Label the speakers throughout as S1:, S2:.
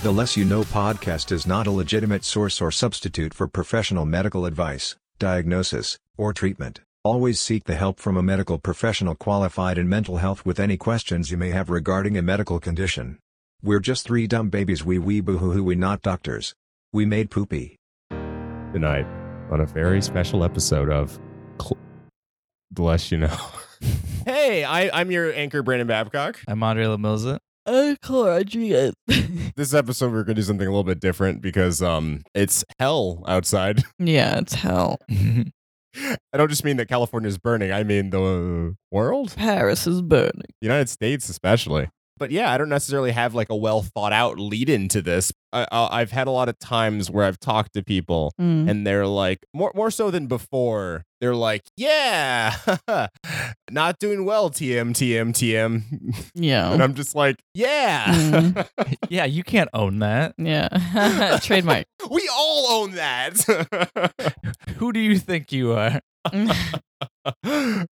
S1: The Less You Know podcast is not a legitimate source or substitute for professional medical advice, diagnosis, or treatment. Always seek the help from a medical professional qualified in mental health with any questions you may have regarding a medical condition. We're just three dumb babies we wee boo hoo hoo we not doctors. We made poopy.
S2: tonight on a very special episode of Cl- The Less You Know. hey, I, I'm your anchor, Brandon Babcock.
S3: I'm Andre Lamilza.
S4: Uh, Claire, I drink it.
S2: This episode, we're going to do something a little bit different because um, it's hell outside.
S4: yeah, it's hell.
S2: I don't just mean that California is burning, I mean the world,
S4: Paris is burning.
S2: the United States especially. But yeah, I don't necessarily have like a well thought out lead into this. I, I, I've had a lot of times where I've talked to people
S4: Mm-hmm.
S2: and they're like more more so than before they're like yeah not doing well tm tm tm and
S4: Yeah.
S2: i'm just like yeah
S3: yeah, you can't own that.
S4: Yeah. Trademark.
S2: we all own that
S3: Who do you think you are?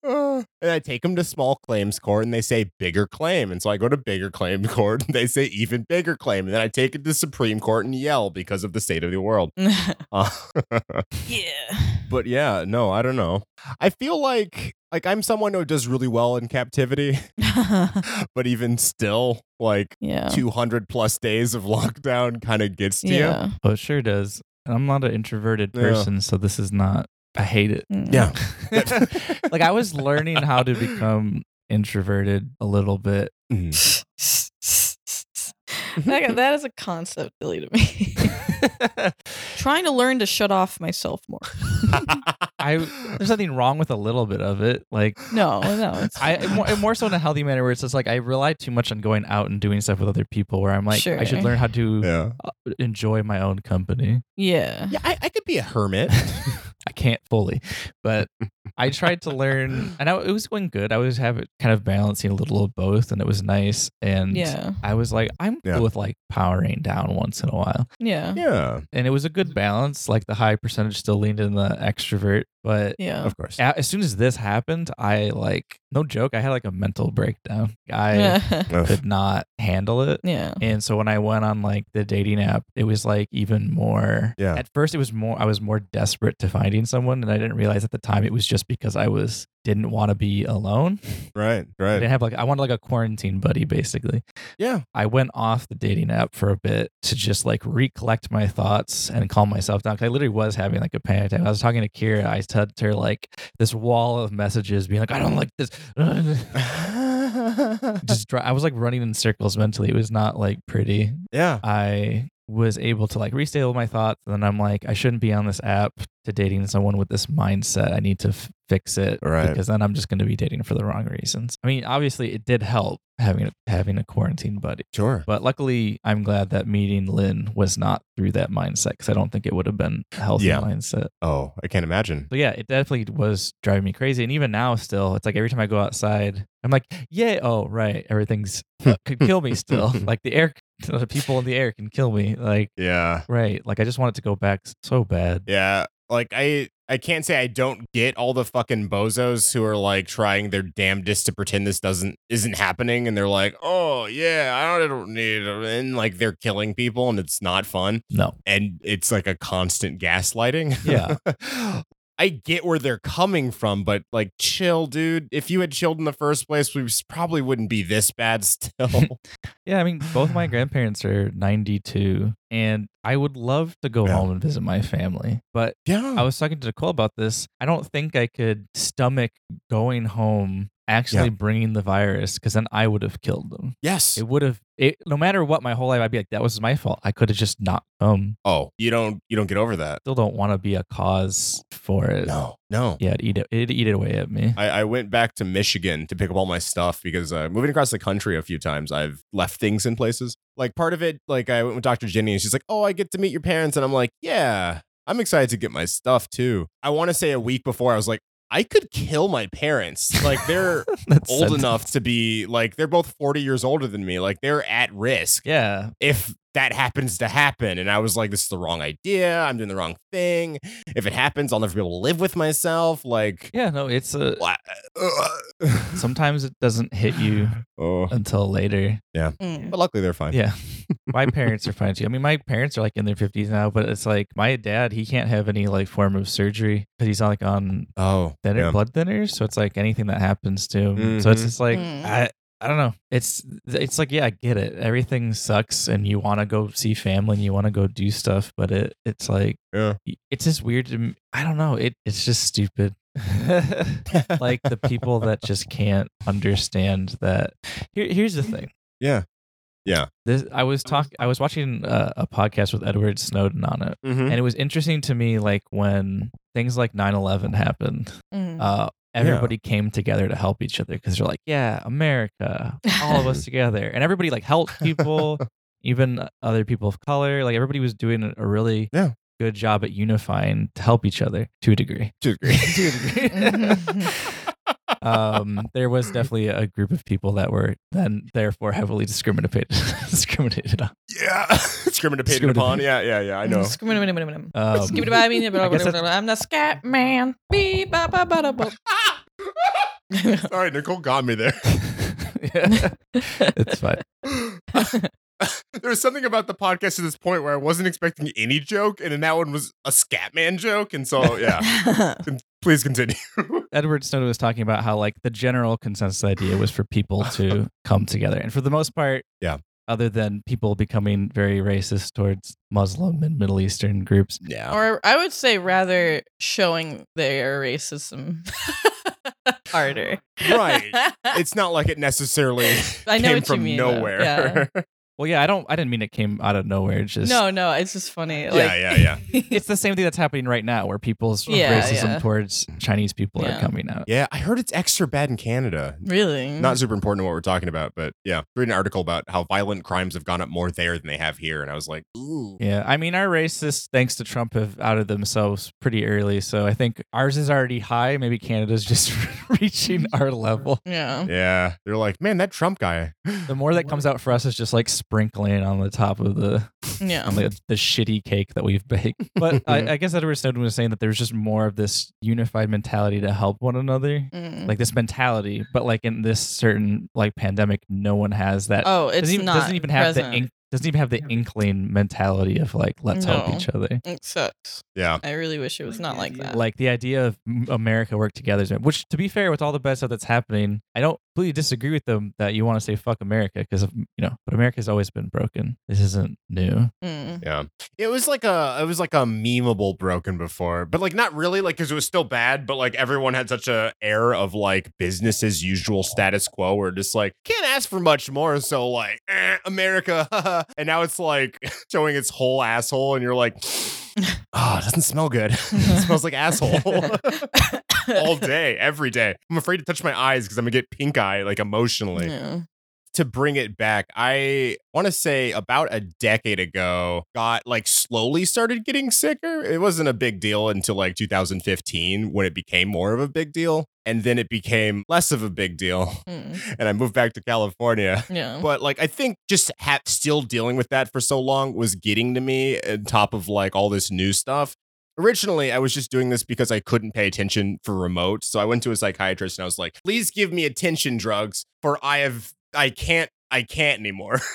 S2: Uh, and i take them to small claims court and they say bigger claim and so i go to bigger claim court and they say even bigger claim and then i take it to supreme court and yell because of the state of the world
S4: yeah.
S2: Uh, but yeah no i don't know i feel like like i'm someone who does really well in captivity but even still like
S3: Oh.
S4: yeah.
S2: 200 plus days of lockdown kind of gets to you.
S4: Yeah.
S3: Oh, it sure does. And I'm not an introverted
S2: Yeah.
S3: person, so this is not. I hate it.
S4: Mm.
S2: Yeah.
S3: Oh. like I was learning how to become introverted a little bit.
S4: That, that is a concept really to me. Trying to learn to shut off myself more.
S3: I there's nothing wrong with a little bit of it. Like
S4: No, no. It's
S3: I and more, and more so in a healthy manner where it's just like I rely too much on going out and doing stuff with other people where I'm like I should
S4: Sure.
S3: learn how to
S2: Yeah.
S3: uh, enjoy my own company.
S4: yeah.
S2: Yeah, I, I could be a hermit.
S3: I can't fully, but I tried to learn, and I, it was going good. I was have it kind of balancing a little of both, and it was nice. And
S4: Yeah.
S3: I was like, I'm
S2: Yeah.
S3: cool with like powering down once in a while,
S4: Yeah.
S2: yeah.
S3: and it was a good balance. Like the high percentage still leaned in the extrovert, but
S4: Yeah.
S2: Of course.
S3: a as soon as this happened, I like no joke, I had like a mental breakdown. I
S4: Yeah.
S2: Ugh.
S3: could not handle it.
S4: Yeah.
S3: And so when I went on like the dating app, it was like even more.
S2: Yeah.
S3: At first, it was more. I was more desperate to finding someone, and I didn't realize at the time it was just because I was didn't want to be alone.
S2: Right.
S3: I
S2: Right.
S3: didn't have like I wanted like a quarantine buddy basically.
S2: Yeah.
S3: I went off the dating app for a bit to just like recollect my thoughts and calm myself down. 'Cause I literally was having like a panic attack. I was talking to Kira. I said to her like this wall of messages, being like, I don't like this. just dry. I was like running in circles mentally. It was not like pretty.
S2: yeah.
S3: I was able to like restable my thoughts. And then I'm like, I shouldn't be on this app to dating someone with this mindset. I need to f- fix it
S2: Right.
S3: because then I'm just going to be dating for the wrong reasons. I mean, obviously, it did help having a, having a quarantine buddy.
S2: Sure.
S3: But luckily, I'm glad that meeting Lynn was not through that mindset because I don't think it would have been a healthy
S2: Yeah.
S3: mindset.
S2: Oh, I can't imagine.
S3: But yeah, it definitely was driving me crazy. And even now, still, it's like every time I go outside, I'm like, yeah, oh, right. Everything's could kill me still. like the air, the people in the air can kill me. Like,
S2: Yeah.
S3: right. Like, I just want it to go back s- so bad.
S2: Yeah. Like I I can't say I don't get all the fucking bozos who are like trying their damnedest to pretend this doesn't isn't happening and they're like, "Oh, yeah, I don't, I don't need it." And like they're killing people and it's not fun.
S3: No.
S2: and it's like a constant gaslighting.
S3: Yeah.
S2: I get where they're coming from, but like, chill, dude. If you had chilled in the first place, we s- probably wouldn't be this bad still.
S3: Yeah. I mean, both my grandparents are 92, and I would love to go
S2: Yeah.
S3: home and visit my family. But
S2: yeah.
S3: I was talking to Nicole about this. I don't think I could stomach going home actually bringing the virus because then I would have killed them.
S2: Yes.
S3: It would have, it, no matter what, my whole life, I'd be like, that was my fault. I could have just not come.
S2: Oh, you don't you don't get over that.
S3: Still don't want to be a cause for it.
S2: no.
S3: Yeah, it'd eat it. It'd eat it away at me.
S2: I, I went back to Michigan to pick up all my stuff because uh, moving across the country a few times, I've left things in places. Like part of it, like I went with Dr. Jenny and she's like, Oh, I get to meet your parents. And I'm like, Yeah, I'm excited to get my stuff too. I want to say a week before, I was like, I could kill my parents. Like they're
S3: That's
S2: old
S3: sensitive.
S2: enough to be like, they're both 40 years older than me. Like they're at risk
S3: Yeah.
S2: if that happens to happen. And I was like, this is the wrong idea. I'm doing the wrong thing. If it happens, I'll never be able to live with myself. Like,
S3: Yeah. No, it's a,
S2: wha-
S3: sometimes it doesn't hit you
S2: oh.
S3: until later.
S4: Mm.
S2: But luckily, they're fine.
S3: Yeah. my parents are fine too. I mean, my parents are like in their 50s now, but it's like my dad, he can't have any like form of surgery because he's like on
S2: Oh,
S3: thinner,
S2: yeah.
S3: blood thinners. So it's like anything that happens to him. So it's
S2: Mhm.
S3: just like,
S4: Mm.
S3: I, I don't know. It's it's like yeah, I get it. Everything sucks, and you want to go see family, and you want to go do stuff, but it it's like
S2: Yeah.
S3: it's just weird. To, m- I don't know. It it's just stupid. like the people that just can't understand that. Here, here's the thing.
S2: Yeah. Yeah.
S3: This I was talk. I was watching a, a podcast with Edward Snowden on it,
S2: Mhm.
S3: and it was interesting to me. Like when things like 9-11 happened,
S4: Mm.
S3: uh, everybody came together to help each other because they're like, yeah, America,
S4: Mm.
S3: all of us together, and everybody like helped people, even other people of color. Like everybody was doing a really
S2: Yeah.
S3: good job at unifying to help each other to a degree.
S2: To a degree.
S3: to a
S4: Mm-hmm.
S3: degree. um, there was definitely a group of people that were then therefore heavily discriminated discriminated on.
S2: yeah. Discriminated upon.
S3: Discriminated.
S2: Yeah, yeah, yeah. I know.
S4: Skip it, minute, minute, minute.
S3: Um,
S4: Skip it, bye, minute, blah,
S3: I guess
S4: blah, blah, blah. I'm the scat man. Beep, ba, ba, ba, da, bo.
S2: Sorry, Nicole got me there.
S3: yeah, it's fine.
S2: there was something about the podcast to this point where I wasn't expecting any joke, and then that one was a Scatman joke. And so, yeah, please continue.
S3: Edward Snowden was talking about how like the general consensus idea was for people to come together, and for the most part,
S2: Yeah.
S3: Other than people becoming very racist towards Muslim and Middle Eastern groups,
S2: Yeah.
S4: or I would say rather showing their racism harder.
S2: Right. It's not like it necessarily
S4: I know
S2: came
S4: what
S2: from
S4: you mean. though.
S2: nowhere.
S4: Yeah.
S3: well, yeah, I don't, I didn't mean it came out of nowhere. It's Just
S4: No, no, it's just funfunny.
S2: Yeah,
S4: Like,
S2: yeah, yeah.
S3: it's the same thing that's happening right now, where people's
S4: Yeah,
S3: racism
S4: yeah.
S3: towards Chinese people
S4: Yeah.
S3: are coming out.
S2: Yeah, I heard it's extra bad in Canada.
S4: really?
S2: Not super important to what we're talking about, but yeah, read an article about how violent crimes have gone up more there than they have here, and I was like, ooh,
S3: Yeah, I mean, our racists, thanks to Trump, have outed themselves pretty early. So I think ours is already high. Maybe Canada's just reaching
S4: Mm-hmm.
S3: our level.
S4: yeah.
S2: yeah. They're like, man, that Trump guy.
S3: The more that comes out for us is just like sprinkling on the top of the
S4: Yeah.
S3: on the, the shitty cake that we've baked. But I, I guess Edward Snowden was saying that there's just more of this unified mentality to help one another,
S4: Mm.
S3: like this mentality. But like in this certain like pandemic, no one has that.
S4: oh, it's
S3: doesn't, even,
S4: not
S3: doesn't even have
S4: present.
S3: the ink, doesn't even have the inkling mentality of like let's help
S4: No.
S3: each other.
S4: It sucks.
S2: Yeah.
S4: I really wish it was not like that.
S3: like the idea of m- America work together, is- which to be fair, with all the bad stuff that's happening, I don't completely disagree with them that you want to say fuck America because of you know, but America's always been broken. This isn't new.
S4: Mm.
S2: Yeah. It was like a it was like a memeable broken before, but like not really like cuz it was still bad, but like everyone had such a air of like business as usual status quo where just like can't ask for much more so like eh, America. haha. and now it's like showing its whole asshole and you're like oh, it doesn't smell good. it smells like asshole. All day, every day. I'm afraid to touch my eyes because I'm gonna get pink eye like emotionally
S4: Yeah.
S2: to bring it back, I want to say about a decade ago, got like slowly started getting sicker. It wasn't a big deal until like 2015 when it became more of a big deal. And then it became less of a big deal.
S4: Mm.
S2: And I moved back to California.
S4: Yeah.
S2: But like, I think just ha- still dealing with that for so long was getting to me on top of like all this new stuff. Originally, I was just doing this because I couldn't pay attention for remote. So I went to a psychiatrist and I was like, please give me attention drugs for I have, I can't, I can't anymore.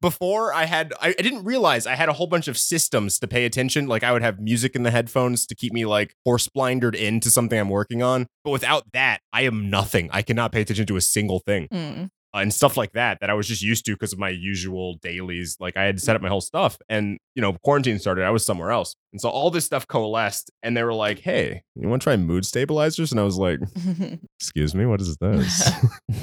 S2: Before I had, I, I didn't realize I had a whole bunch of systems to pay attention. Like I would have music in the headphones to keep me like horse blindered into something I'm working on. But without that, I am nothing. I cannot pay attention to a single thing
S4: Mm.
S2: and stuff like that that I was just used to because of my usual dailies. Like I had set up my whole stuff, and you know, quarantine started. I was somewhere else, and so all this stuff coalesced. And they were like, "Hey, you want to try mood stabilizers?" And I was like, "Excuse me, what is this?"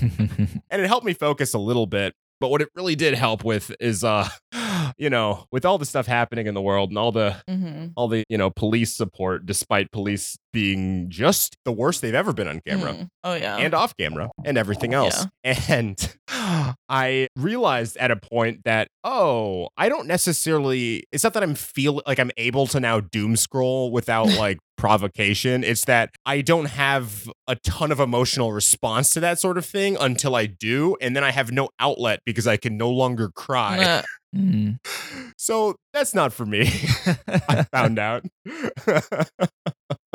S2: and it helped me focus a little bit. But what it really did help with is, uh, you know, with all the stuff happening in the world and all the
S4: hmm
S2: all the you know police support, despite police being just the worst they've ever been on camera
S4: Mm. Oh yeah.
S2: and off camera and everything else. And I realized at a point that, oh, I don't necessarily, it's not that I'm feel like I'm able to now doom scroll without like provocation. It's that I don't have a ton of emotional response to that sort of thing until I do. And then I have no outlet because I can no longer cry.
S4: Nah.
S3: Mm.
S2: so that's not for me. I found out.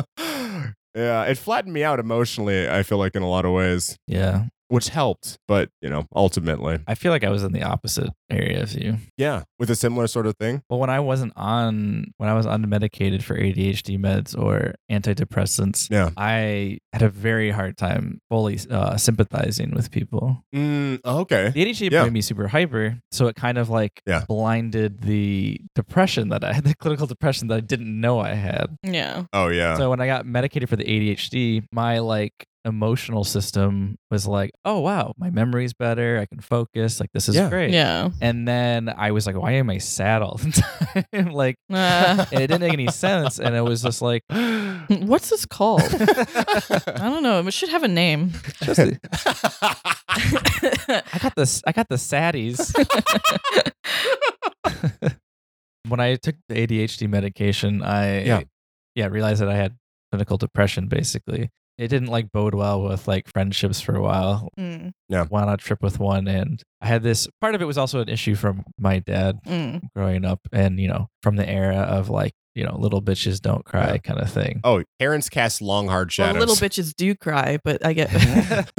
S2: yeah, it flattened me out emotionally, I feel like, in a lot of ways
S3: yeah.
S2: which helped. But you know, ultimately,
S3: I feel like I was in the opposite area of you.
S2: yeah, with a similar sort of thing.
S3: Well, when I wasn't on, when I was unmedicated for ADHD meds or antidepressants,
S2: Yeah.
S3: I had a very hard time fully uh, sympathizing with people.
S2: Mm, okay.
S3: The ADHD
S2: Yeah.
S3: made me super hyper, so it kind of like
S2: Yeah.
S3: blinded the depression that I had, the clinical depression that I didn't know I had.
S4: Yeah.
S2: Oh yeah.
S3: So when I got medicated for the ADHD, my like emotional system was like, oh wow, my memory's better, I can focus, like this is
S2: Yeah.
S3: great.
S4: Yeah.
S3: And then I was like, why am I sad all the time? like,
S4: Uh,
S3: and it didn't make any sense. And it was just like,
S4: what's this called? I don't know. It should have a name.
S3: just, I got this, I got the saddies. when I took the ADHD medication, I
S2: Yeah.
S3: yeah, realized that I had clinical depression basically. It didn't like bode well with like friendships for a while.
S4: Mm,
S3: Went on a trip with one, and I had this part of it was also an issue from my dad
S4: mm.
S3: growing up, and you know, from the era of like you know, little bitches don't cry
S2: Yeah.
S3: kind of thing.
S2: oh, Karen's cast long hard
S4: Well,
S2: shadows.
S4: little bitches do cry, but I get.
S2: Mm-hmm.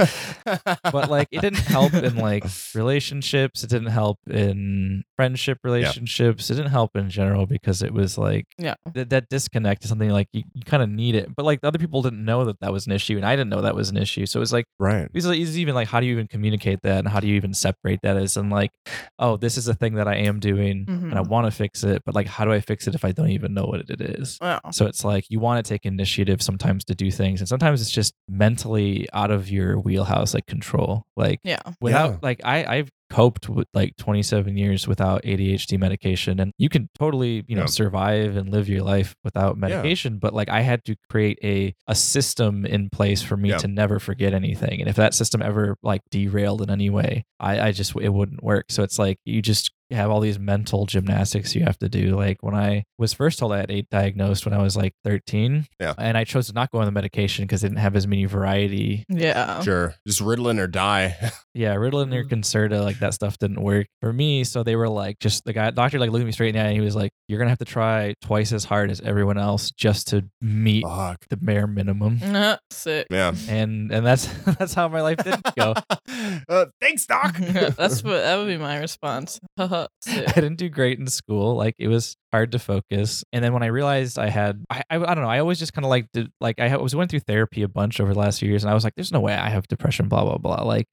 S3: but like it didn't help in like relationships it didn't help in friendship relationships it didn't help in general because it was like
S4: Yeah.
S3: th- that disconnect is something like you, you kind of need it but like the other people didn't know that that was an issue and i didn't know that was an issue so it was like
S2: right.
S3: it's like- it's even like how do you even communicate that and how do you even separate that as and like oh this is a thing that i am doing and i want to fix it but like how do i fix it if i don't even know what it is
S4: Wow.
S3: so it's like you want to take initiative sometimes to do things, and sometimes it's just mentally out of your wheelhouse, like control. Like
S4: Yeah.
S3: without
S2: Yeah.
S3: like I I've coped with like 27 years without ADHD medication, and you can totally you know
S2: Yeah.
S3: survive and live your life without medication. But like I had to create a a system in place for me
S2: Yeah.
S3: to never forget anything, and if that system ever like derailed in any way, I I just it wouldn't work. So it's like you just have all these mental gymnastics you have to do. Like when I was first told I had eight diagnosed when I was like 13,
S2: Yeah.
S3: and I chose to not go on the medication because they didn't have as many variety
S4: Yeah.
S2: Sure. Just Ritalin or die.
S3: yeah, Ritalin or Concerta, like that stuff didn't work for me. So they were like, just the guy, doctor, like looked at me straight in the eye, and he was like, "You're gonna have to try twice as hard as everyone else just to meet
S2: Fuck.
S3: the bare minimum."
S4: Nah, Uh, sick.
S2: Yeah.
S3: And and that's that's how my life did go.
S2: Uh, thanks, Doc.
S4: That's what that would be my response. Haha,
S3: I
S4: sick.
S3: didn't do great in school. Like it was hard to focus. And then when I realized I had, I, I, I don't know. I always just kind of like did, like I ha- was went through therapy a bunch over the last few years, and I was like, "There's no way I have depression." Blah blah blah. Like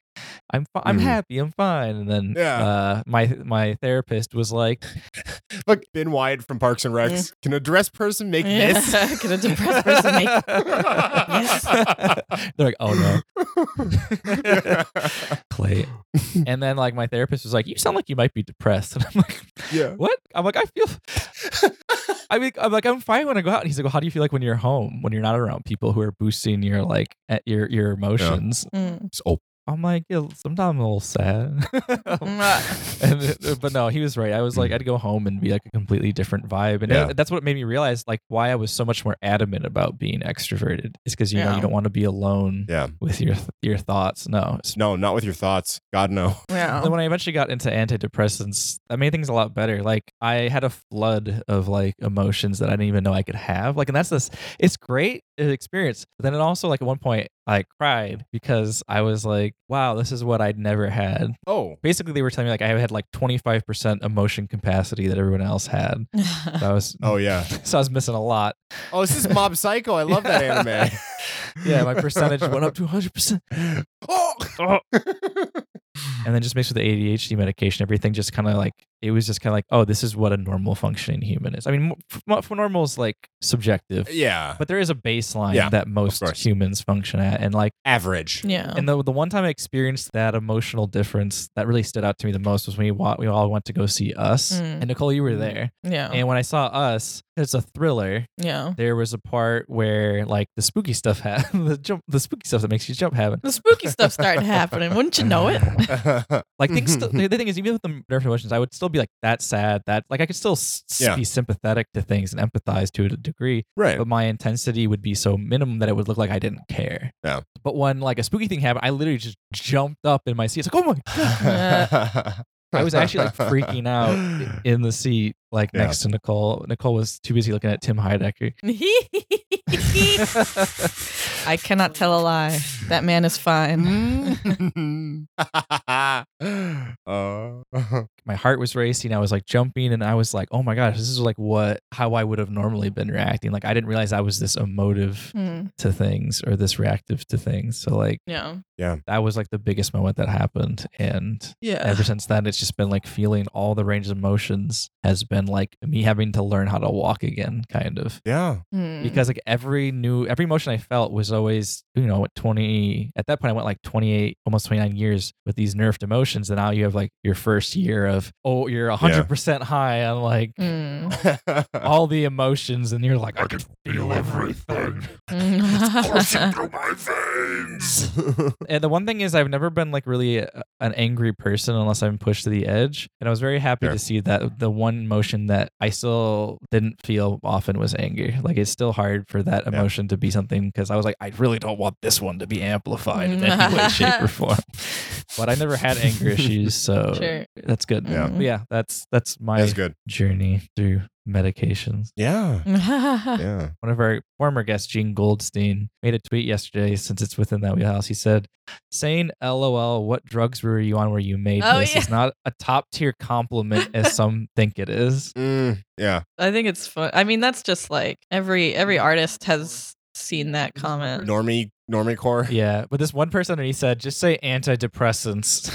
S3: I'm fi- I'm
S2: Mhm.
S3: happy. I'm fine. And then
S2: Yeah.
S3: uh, my my therapist was like,
S2: Look, Ben Wyatt from Parks and Recs. Can a depressed person make
S4: Yeah.
S2: this?
S4: Can a depressed person make-
S2: Yes.
S3: They're like, "Oh no." Clay. and then like my therapist was like, "You sound like you might be depressed." And I'm like,
S2: yeah.
S3: "What?" I'm like, "I feel." I mean, I'm like, I'm fine when I go out. And he's like, "Well, how do you feel like when you're home, when you're not around people who are boosting your like at your your emotions?"
S4: Mm.
S2: Just open.
S3: I'm like, yeah, "Sometimes I'm a little sad." and uh, it- but no, he was right. I was like, I'd go home and be like a completely different vibe, and
S2: Yeah.
S3: it- that's what made me realize like why I was so much more adamant about being extroverted is because you know
S4: Yeah.
S3: you don't want to be alone
S2: Yeah.
S3: with your your thoughts. No,
S2: No, not with your thoughts. God no.
S4: Yeah.
S3: And when I eventually got into antidepressants, that made things a lot better. Like I had a flood of like emotions that I didn't even know I could have. Like, and that's this. It's great uh, experience. But then it also like at one point I cried because I was like, wow, this is what I'd never had.
S2: Oh.
S3: Basically, they were telling me like I had like 25% emotion capacity that everyone else had. So I was
S2: Oh yeah.
S3: so I was missing a lot.
S2: Oh, this is Mob Psycho. I love that anime.
S3: Yeah, my percentage went up to 100%.
S2: Oh.
S3: and then just mixed with the ADHD medication, everything just kind of like it was just kind of like, oh, this is what a normal functioning human is. I mean, for, for normal is like subjective,
S2: Yeah.
S3: but there is a baseline
S2: Yeah,
S3: that most
S2: course.
S3: humans function at, and like.
S2: Average.
S4: Yeah.
S3: And the the one time I experienced that emotional difference that really stood out to me the most was when we wa- we all went to go see Us,
S4: Mm. Oh.
S3: and Nicole, you were there.
S4: yeah.
S3: And when I saw Us, it's a thriller.
S4: yeah.
S3: There was a part where like the spooky stuff happened, the jump, the spooky stuff that makes you jump happened.
S4: The spooky stuff started happening. Wouldn't you know it?
S3: Like things.
S2: Mm-hmm.
S3: Still, the the thing is, even with the nerve emotions, I would still be like that sad. That like I could still s- s-
S2: Yeah.
S3: be sympathetic to things and empathize to a degree,
S2: right.
S3: but my intensity would be so minimum that it would look like I didn't care.
S2: Yeah.
S3: But when like a spooky thing happened, I literally just jumped up in my seat. It's like, oh my I was actually like freaking out i- in the seat, like
S2: Yeah.
S3: next to Nicole. Nicole was too busy looking at Tim Heidecker.
S4: I cannot tell a lie. That man is fine.
S2: Uh,
S3: My heart was racing. I was like jumping, and I was like, "Oh my gosh, this is like what how I would have normally been reacting." Like I didn't realize I was this emotive
S4: Hmm.
S3: to things or this reactive to things. So like
S4: Yeah.
S3: that was like the biggest moment that happened, and
S4: Yeah.
S3: ever since then, it's just been like feeling all the range of emotions has been like me having to learn how to walk again, kind of.
S2: yeah.
S4: Hmm.
S3: because like every new every emotion i felt was always you know at 20 at that point i went like 28 almost 29 years with these nerfed emotions and now you have like your first year of oh you're 100% high on like
S4: Hmm.
S3: all the emotions and you're like i can feel everything
S2: through my veins.
S3: and the one thing is i've never been like really a, an angry person unless i'm pushed to the edge and i was very happy
S2: Sure.
S3: to see that the one emotion that i still didn't feel often was anger like it's still hard for that
S2: Yeah.
S3: emotion to be something because i was like i really don't want this one to be amplified in any way shape or form but i never had anger issues so
S4: Sure. Mm-hmm.
S3: that's good
S4: Yeah.
S3: But Uh, yeah that's that's my
S2: Mm-hmm. That's good.
S3: journey through medications
S2: Yeah.
S4: yeah.
S2: Yeah.
S3: one of our former guests, Gene Goldstein, made a tweet yesterday since it's within that wheelhouse. He said, saying LOL, what drugs were you on where you made
S4: Oh,
S3: this
S4: yeah.
S3: is not a top tier compliment as some think it is.
S2: Mm, yeah.
S4: I think it's fun. I mean, that's just like every every artist has seen that comment.
S2: Normie, normie core.
S3: Yeah. But this one person he said, just say antidepressants.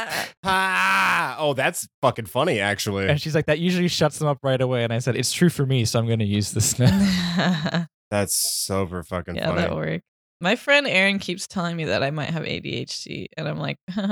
S2: Ah, oh, that's fucking funny, actually.
S3: and she's like, that usually shuts them up right away. And I said, it's true for me, so I'm gonna use this now.
S4: yeah,
S2: That's super fucking funny.
S4: that worked. My friend Erin keeps telling me that I might have ADHD, and I'm like,
S3: you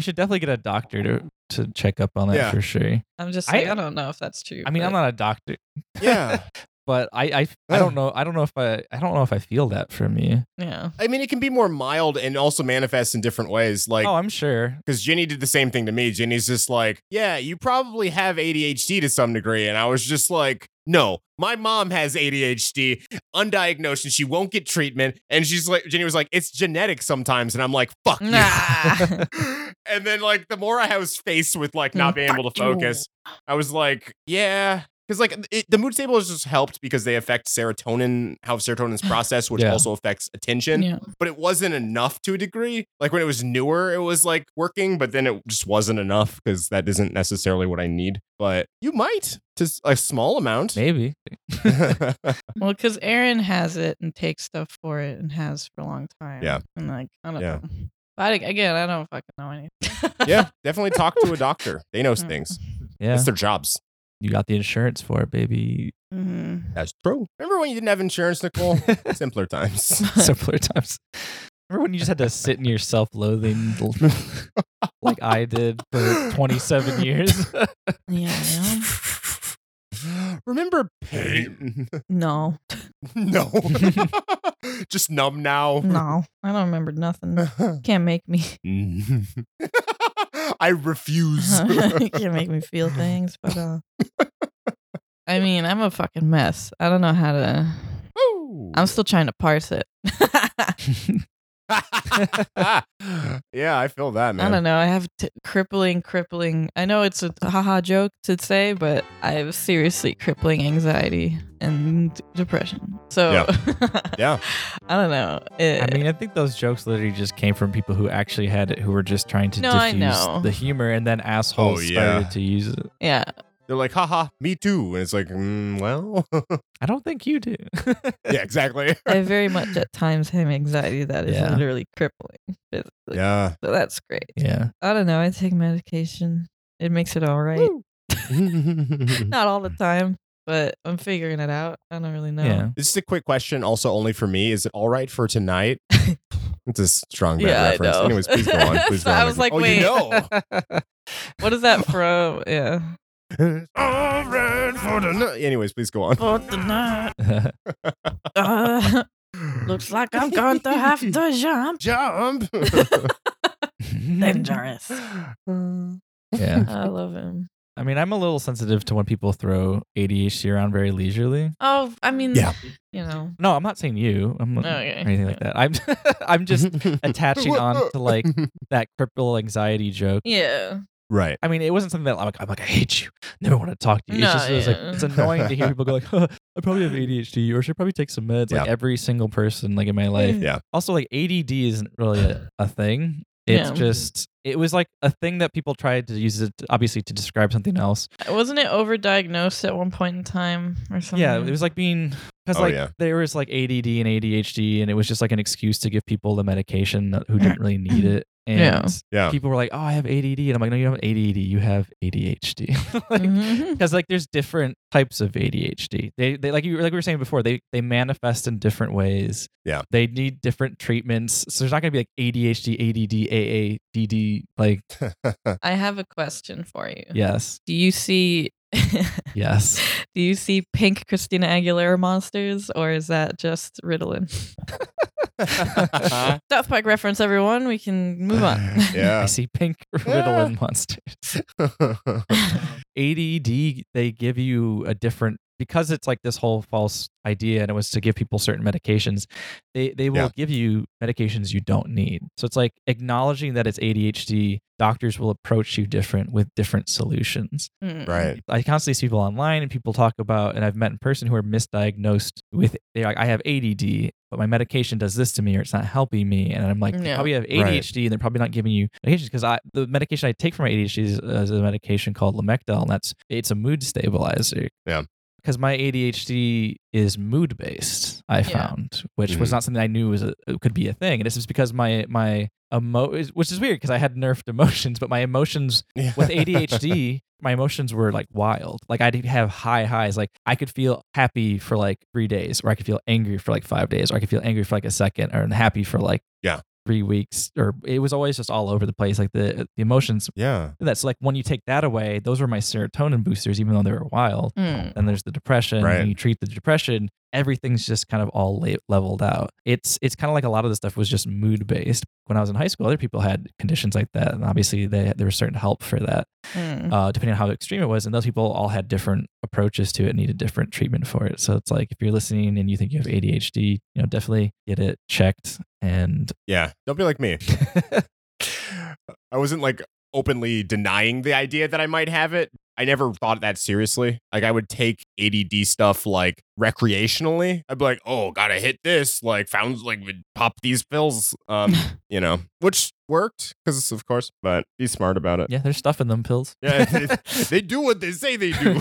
S3: should definitely get a doctor to to check up on that
S2: Yeah.
S3: for sure.
S4: I'm just
S3: I-
S4: like, I, don't know if that's true.
S3: I mean, I'm
S4: but-
S3: not a doctor,
S2: Yeah.
S3: but I I, I don't know I don't know if I I don't know if I feel that from you.
S4: Yeah.
S2: I mean, it can be more mild and also manifest in different ways. Like,
S3: oh, I'm sure.
S2: because Ginny did the same thing to me. Ginny's just like, yeah, you probably have ADHD to some degree. And I was just like, no, my mom has ADHD, undiagnosed, and she won't get treatment. And she's like, Ginny was like, it's genetic sometimes. And I'm like, fuck you.
S4: Nah.
S2: and then, like, the more I was faced with, like, not being able to
S4: you.
S2: focus, I was like, yeah. Because, like, it, the mood stabilizers helped because they affect serotonin, how serotonin is processed, which
S3: Yeah.
S2: also affects attention
S4: yeah.
S2: but it wasn't enough to a degree. Like when it was newer, it was like working, but then it just wasn't enough because that isn't necessarily what I need. But you might to s- a small amount.
S3: Maybe.
S4: Well, because Erin has it and takes stuff for it and has for a long time.
S2: Yeah.
S4: And like, I don't
S2: Yeah.
S4: know. But I- again, I don't fucking know anything. Mm.
S2: yeah, definitely talk to a doctor. They know
S4: Hmm.
S2: things.
S3: Yeah.
S2: It's their jobs.
S3: you got the insurance for it, baby.
S4: hmm
S2: That's true. Remember when you didn't have insurance, Nicole? Simpler times.
S3: Simpler times. Remember when you just had to sit in your self loathing like I did for 27 years?
S4: Yeah. I know.
S2: Remember pain?
S4: No.
S2: no. just numb now.
S4: No. I don't remember nothing. Can't make me.
S2: I refuse.
S4: can't make me feel things, but uh, I mean, I'm a fucking mess. I don't know how to.
S2: Woo.
S4: I'm still trying to parse it. I
S2: yeah, I feel that, man.
S4: don't know. I have t- crippling, crippling. I know it's a haha joke to say, but I have seriously crippling anxiety and depression. So
S2: Yeah.
S4: I don't know.
S3: I
S4: It,
S3: mean, I think those jokes literally just came from people who actually had it, who were just trying to
S4: No, I
S3: diffuse
S4: know.
S3: the humor, and then assholes
S2: Oh, yeah.
S3: started to use it.
S4: yeah,
S2: They're like, haha, me too. And it's like, mm, well,
S3: I don't think you do.
S2: yeah, exactly.
S4: I very much at times have anxiety that is
S3: Yeah.
S4: literally crippling physically.
S2: yeah.
S4: So that's great.
S3: yeah.
S4: I don't know. I take medication. It makes it all right. Not all the time, but I'm figuring it out. I don't really know.
S3: Yeah.
S2: This is a quick question, also only for me. Is it all right for tonight? It's a strong bad
S4: Yeah, I
S2: reference.
S4: know.
S2: Anyways, please go on. Please
S4: So
S2: go on.
S4: I was like,
S2: oh,
S4: wait.
S2: you know.
S4: What is that from? Yeah.
S2: It's all right for tonight. Anyways, please go on.
S4: For tonight, uh, looks like I'm going to have to jump.
S2: Jump.
S4: Dangerous.
S3: yeah.
S4: I love him.
S3: I mean, I'm a little sensitive to when people throw ADHD around very leisurely.
S4: Oh, I mean,
S2: Yeah.
S4: you know,
S3: No, I'm not saying you. I'm not
S4: Okay.
S3: or anything like that. I'm I'm just attaching on to like that cripple anxiety joke.
S4: uh, yeah.
S2: right.
S3: I mean, it wasn't something that I'm like, I'm like, I hate you. Never want to talk to you.
S4: No,
S3: it's just it was like
S4: yeah.
S3: it's annoying to hear people go like, huh, I probably have ADHD or should probably take some meds. Like
S2: Yeah.
S3: every single person like in my
S4: Mm.
S3: life.
S2: Yeah.
S3: Also, like ADD isn't really a, a thing. It's
S4: Yeah.
S3: just it was like a thing that people tried to use it obviously to describe something else.
S4: Wasn't it overdiagnosed at one point in time or something?
S3: Yeah, it was like being because
S2: Oh,
S3: like
S2: yeah.
S3: there was like ADD and ADHD, and it was just like an excuse to give people the medication that- who didn't really need it. And
S4: Yeah.
S2: Yeah.
S3: people were like, "Oh, I have ADD," and I'm like, "No, you don't have ADD. You have ADHD." like,
S4: Mhm.
S3: because like there's different types of ADHD. They they like you like we were saying before, they they manifest in different ways.
S2: Yeah.
S3: They need different treatments. So there's not gonna be like ADHD, ADD, AADD. Like
S4: I have a question for you.
S3: yes,
S4: Do you see do
S3: yes.
S4: you see pink Christina Aguilera monsters or is that just Ritalin? South Park reference, everyone. We can move on.
S3: I
S2: yeah.
S3: see pink Ritalin monsters. ADD, E they give you a different because it's like this whole false idea, and it was to give people certain medications. They they will
S2: Yeah.
S3: give you medications you don't need. So it's like acknowledging that it's ADHD. Doctors will approach you different with different solutions.
S4: Mm.
S2: right.
S3: I constantly see people online and people talk about, and I've met in person who are misdiagnosed with. They're like, I have ADD, but my medication does this to me, or it's not helping me. And I'm like,
S4: Yeah.
S3: you probably have ADHD, and they're probably not giving you medications because I the medication I take for my ADHD is, is a medication called Lamictal, and that's it's a mood stabilizer.
S2: Yeah.
S3: Because my ADHD is mood based, I
S4: Yeah.
S3: found, which was
S2: Mhm.
S3: not something I knew was a, it could be a thing, and this is because my my emo, which is weird because I had nerfed emotions, but my emotions with ADHD, my emotions were like wild. Like I'd have high highs. Like I could feel happy for like three days, or I could feel angry for like five days, or I could feel angry for like a second, or happy for like
S2: Yeah.
S3: three weeks. Or it was always just all over the place. Like the the emotions.
S2: Yeah.
S3: That's like when you take that away, those were my serotonin boosters, even though they were wild.
S4: Mm.
S3: And there's the depression.
S2: Right.
S3: And you treat the depression, everything's just kind of all la- leveled out. It's it's kind of like a lot of this stuff was just mood based. When I was in high school, other people had conditions like that, and obviously they, there was certain help for that
S4: Mm.
S2: Mm-hmm.
S3: uh, depending on how extreme it was. And those people all had different approaches to it, and needed different treatment for it. So it's like if you're listening and you think you have ADHD, you know, definitely get it checked. And
S2: Yeah. Don't be like me. I wasn't like openly denying the idea that I might have it. I never thought that seriously. Like I would take ADD stuff like recreationally. I'd be like, "Oh, gotta hit this." Like found like would pop these pills. Um, you know, which worked because of course, but be smart about it.
S3: yeah, there's stuff in them pills.
S2: Yeah, they, they do what they say they do.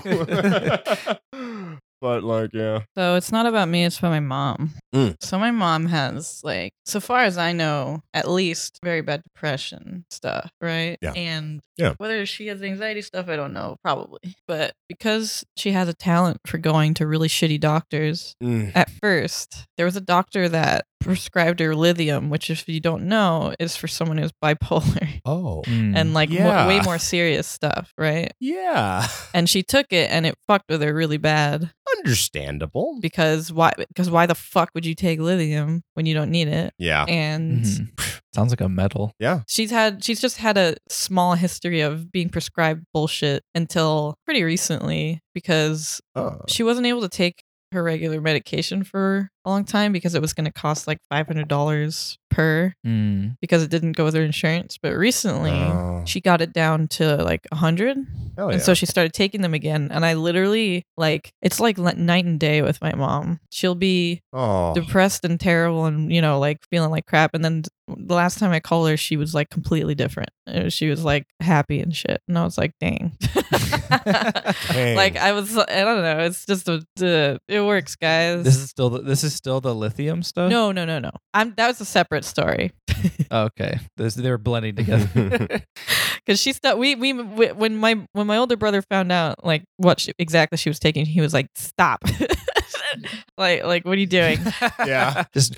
S2: but like, yeah,
S4: So it's not about me, it's about my mom.
S2: Mm.
S4: So my mom has like so far as I know, at least very bad depression stuff, right?
S2: Yeah.
S4: And
S2: Yeah.
S4: whether she has anxiety stuff, I don't know, probably. But because she has a talent for going to really shitty doctors,
S2: Mm.
S4: at first, there was a doctor that prescribed her lithium, which, if you don't know, is for someone who's bipolar
S2: oh,
S3: Mm.
S4: and like mo-
S2: Yeah.
S4: way more serious stuff, right?
S2: yeah,
S4: And she took it, and it fucked with her really bad
S2: understandable.
S4: because why? Because why the fuck would you take lithium when you don't need it?
S2: Yeah,
S4: And
S3: Mhm. sounds like a metal.
S4: she's had she's just had a small history of being prescribed bullshit until pretty recently because
S2: oh,
S4: she wasn't able to take her regular medication for a long time because it was going to cost like $500 per
S3: Mm.
S4: because it didn't go with her insurance but recently
S2: Oh.
S4: she got it down to like
S2: Hell
S4: 100 and
S2: Oh, yeah.
S4: so she started taking them again. And I literally, like, it's like li- night and day with my mom. She'll be
S2: Oh,
S4: depressed and terrible and, you know, like feeling like crap. And then the last time I called her, she was like completely different. Uh, She was like happy and shit. And I was like, dang.
S2: Dang.
S4: Like, I was, I don't know. It's just, a, uh, it works, guys.
S3: This is still the, this is still the lithium stuff.
S4: no, no, no, no. I'm, that was a separate story.
S3: Okay. This, they were blending
S4: uh,
S3: together.
S4: because she stopped. We, we we when my when my older brother found out like what she, exactly she was taking, he was like, "Stop! like like what are you doing?"
S2: Yeah.
S3: Just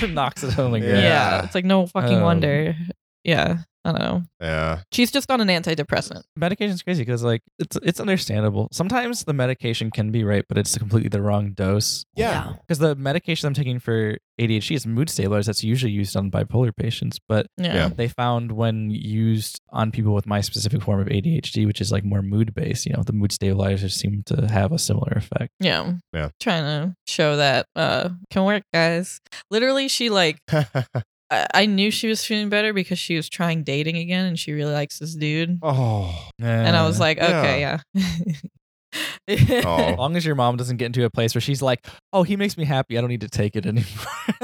S3: knocks it home
S4: Yeah,
S3: again.
S2: Yeah.
S4: it's like no fucking
S3: Um,
S4: wonder. Yeah, I don't know.
S2: yeah.
S4: She's just on an antidepressant.
S3: medication's crazy because like it's it's understandable. Sometimes the medication can be right, but it's completely the wrong dose.
S2: Yeah.
S3: Because the medication I'm taking for ADHD is mood stabilizers. That's usually used on bipolar patients, but
S4: Yeah.
S2: Yeah.
S3: they found when used on people with my specific form of ADHD, which is like more mood based, you know, the mood stabilizers seem to have a similar effect.
S4: Yeah.
S2: Yeah.
S4: Trying to show that uh can work, guys. Literally, she like I, I knew she was feeling better because she was trying dating again, and she really likes this dude.
S2: oh.
S4: and I was like, okay, yeah.
S3: as
S2: Oh.
S3: long as your mom doesn't get into a place where she's like, "Oh, he makes me happy. I don't need to take it anymore."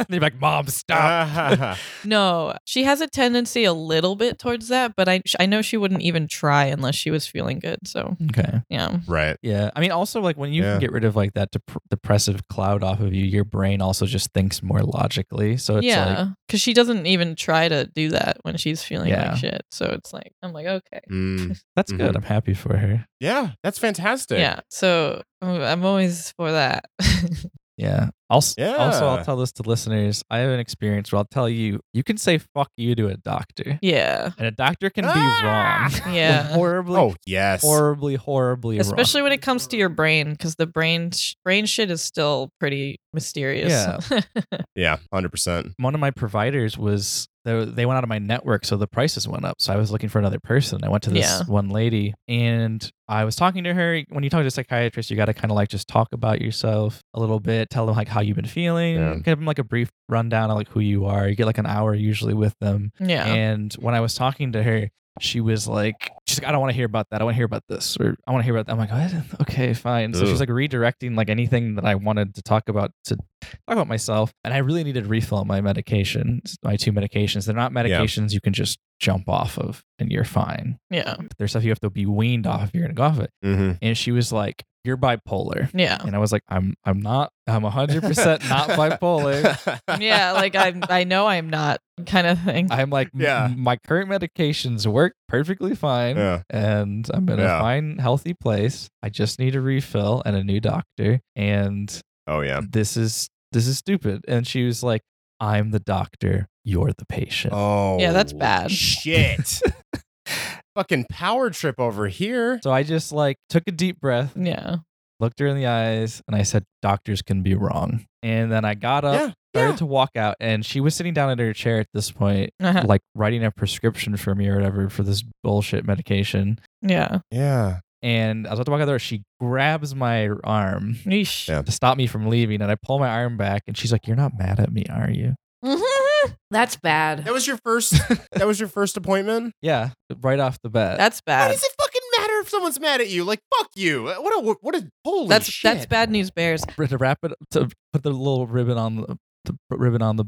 S3: They're like, "Mom, stop."
S4: No, she has a tendency a little bit towards that, but I I know she wouldn't even try unless she was feeling good. So
S3: okay.
S4: yeah,
S2: right.
S3: Yeah, I mean, also like when you
S2: Yeah.
S3: can get rid of like that dep- depressive cloud off of you, your brain also just thinks more logically. So it's
S4: yeah, because she doesn't even try to do that when she's feeling
S3: Yeah.
S4: like shit. So it's like I'm like okay,
S2: Mm.
S3: that's
S2: Mhm.
S3: good. I'm happy for her.
S2: Yeah. That's fantastic.
S4: yeah. So uh, I'm always for that.
S3: Yeah. Also, also,
S2: Yeah.
S3: I'll tell this to listeners. I have an experience where I'll tell you, you can say "fuck you" to a doctor,
S4: yeah,
S3: and a doctor can
S2: Ah!
S3: be wrong.
S4: Yeah.
S3: horribly,
S2: Oh yes.
S3: horribly, horribly
S4: especially when it comes to your brain, because the brain sh- brain shit is still pretty mysterious.
S3: Yeah.
S2: yeah. Hundred percent.
S3: wrong. One of my providers was they, they went out of my network, so the prices went up. So I was looking for another person. I went to this
S4: Yeah.
S3: one lady, and I was talking to her. When you talk to a psychiatrist, you got to kind of like just talk about yourself a little bit, tell them like how you've been feeling,
S2: Yeah.
S3: give them like a brief rundown of like who you are. You get like an hour usually with them.
S4: yeah.
S3: And when I was talking to her, she was like, she's like, I don't want to hear about that. I want to hear about this, or I want to hear about that. I'm like, what? Okay, fine. So she's like redirecting like anything that I wanted to talk about to talk about myself. And I really needed to refill my medications, my two medications. They're not medications you can just jump off of and you're fine.
S4: yeah,
S3: There's stuff you have to be weaned off if you're gonna go off it.
S2: Mm-hmm.
S3: And she was like, You're bipolar.
S4: yeah,
S3: And I was like, I'm I'm not, I'm hundred percent not bipolar.
S4: yeah. Like I I know I'm not kind of thing.
S3: I'm like, m-
S2: Yeah.
S3: my current medications work perfectly fine.
S2: Yeah.
S3: and I'm in
S2: Yeah.
S3: a fine, healthy place. I just need a refill and a new doctor. And
S2: Oh yeah.
S3: this is this is stupid. And she was like, "I'm the doctor. You're the patient."
S2: Oh.
S4: Yeah, that's bad.
S2: Shit. Fucking power trip over here.
S3: So I just like took a deep breath,
S4: yeah,
S3: looked her in the eyes, and I said, "Doctors can be wrong." And then I got up,
S2: yeah.
S3: started
S2: yeah.
S3: to walk out, and she was sitting down in her chair at this point,
S4: Uh-huh.
S3: like writing a prescription for me or whatever for this bullshit medication.
S4: yeah.
S2: Yeah.
S3: And I was about to walk out there. She grabs my arm
S4: Yeesh.
S2: Yeah.
S3: to stop me from leaving and I pull my arm back and she's like, You're not mad at me, are you?
S5: That's bad.
S2: That was your first. that was your first appointment.
S3: Yeah. Right off the bat.
S2: Why
S4: That's bad.
S2: does it fucking matter if someone's mad at you? Like, fuck you. What a what a holy
S4: that's
S2: shit.
S4: that's bad news bears.
S3: R- to wrap it to put the little ribbon on the, the ribbon on the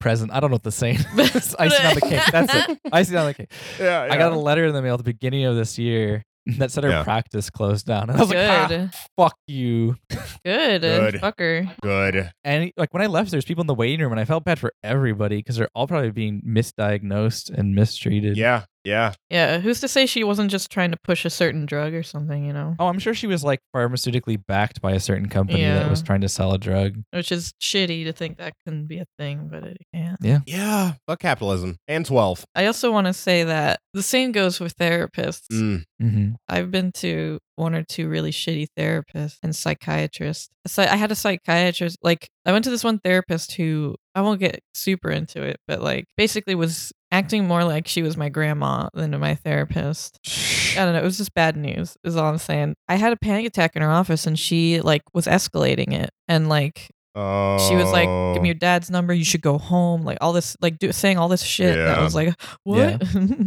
S3: present. I don't know what the saying is. Icing on the cake. That's it. Icing on the cake.
S2: Yeah,
S3: I got a letter in the mail at the beginning of this year that said her
S2: Yeah.
S3: practice closed down. And I was like, ah,
S4: good.
S3: fuck you.
S4: good.
S2: Good.
S4: Fucker.
S2: good.
S3: And like when I left, there's people in the waiting room and I felt bad for everybody because they're all probably being misdiagnosed and mistreated.
S2: Yeah, yeah.
S4: Yeah. Who's to say she wasn't just trying to push a certain drug or something, you know?
S3: Oh, I'm sure she was like pharmaceutically backed by a certain company
S4: Yeah.
S3: that was trying to sell a drug.
S4: Which is shitty to think that can be a thing, but it can.
S2: Yeah. Fuck capitalism. And 12.
S4: I also want to say that the same goes with therapists.
S2: Mm.
S3: Mm-hmm.
S4: I've been to one or two really shitty therapists and psychiatrists. So I had a psychiatrist, like, I went to this one therapist who I won't get super into it, but like, basically was acting more like she was my grandma than my therapist. I don't know. It was just bad news, is all I'm saying. I had a panic attack in her office and she like was escalating it. And like,
S2: Oh.
S4: Uh, she was like, "Give me your dad's number. You should go home." Like all this, like do, saying all this shit. And I
S2: Yeah.
S4: was like, "What?"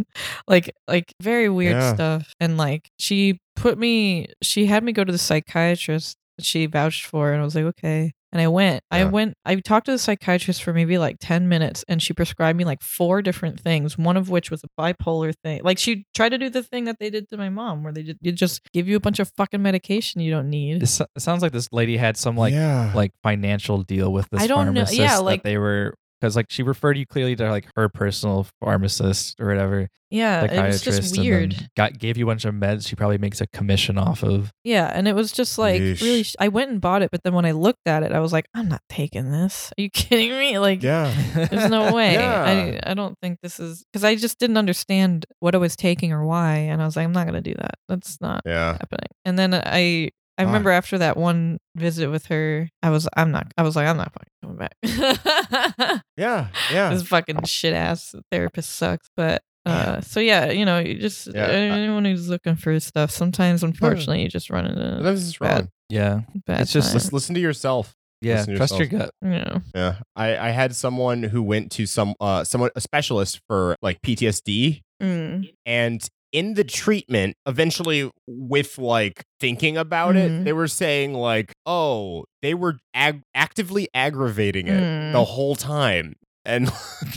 S4: like, like very weird
S2: Yeah.
S4: stuff. And like she put me, she had me go to the psychiatrist. that She vouched for, and I was like, "Okay." And I went. I
S2: Yeah.
S4: went. I talked to the psychiatrist for maybe like ten minutes, and she prescribed me like four different things. One of which was a bipolar thing. Like she tried to do the thing that they did to my mom, where they just, they just give you a bunch of fucking medication you don't need.
S3: It, so- it sounds like this lady had
S2: Oh.
S3: some like
S2: yeah.
S3: like financial deal with this
S4: I don't know-
S3: pharmacist
S4: yeah, like-
S3: that they were because like she referred you clearly to like her personal pharmacist or whatever
S4: Yeah, Uh, it was
S3: psychiatrist
S4: just
S3: and then
S4: weird.
S3: got gave you a bunch of meds she probably makes a commission off of
S4: Yeah, and it was just like
S2: Yeesh.
S4: really. Sh- I went and bought it, but then when I looked at it, I was like, "I'm not taking this. Are you kidding me? Like,
S2: yeah.
S4: there's no way.
S2: Yeah.
S4: I I don't think this is because I just didn't understand what I was taking or why, and I was like, I'm not gonna do that. That's not
S2: Yeah.
S4: happening. And then I I remember after that one visit with her, I was I'm not I was like I'm not fucking coming back.
S2: Yeah. Yeah.
S4: this fucking shit ass therapist sucks. But uh, so yeah, you know, you just
S2: Yeah, I- Hmm.
S4: anyone who's looking for stuff, sometimes unfortunately you just run into
S2: This is
S4: Bad.
S2: wrong.
S3: yeah
S4: bad.
S3: It's just-
S4: times,
S2: Just listen to yourself.
S3: yeah
S2: Listen to
S3: trust your
S2: yourself.
S3: gut
S4: you know.
S2: Yeah, I, I had someone who went to some uh someone a specialist for like PTSD,
S4: Mm.
S2: and in the treatment, eventually with like thinking about
S4: Mhm.
S2: it, they were saying like, oh, they were ag- actively aggravating it
S4: Mm.
S2: the whole time, and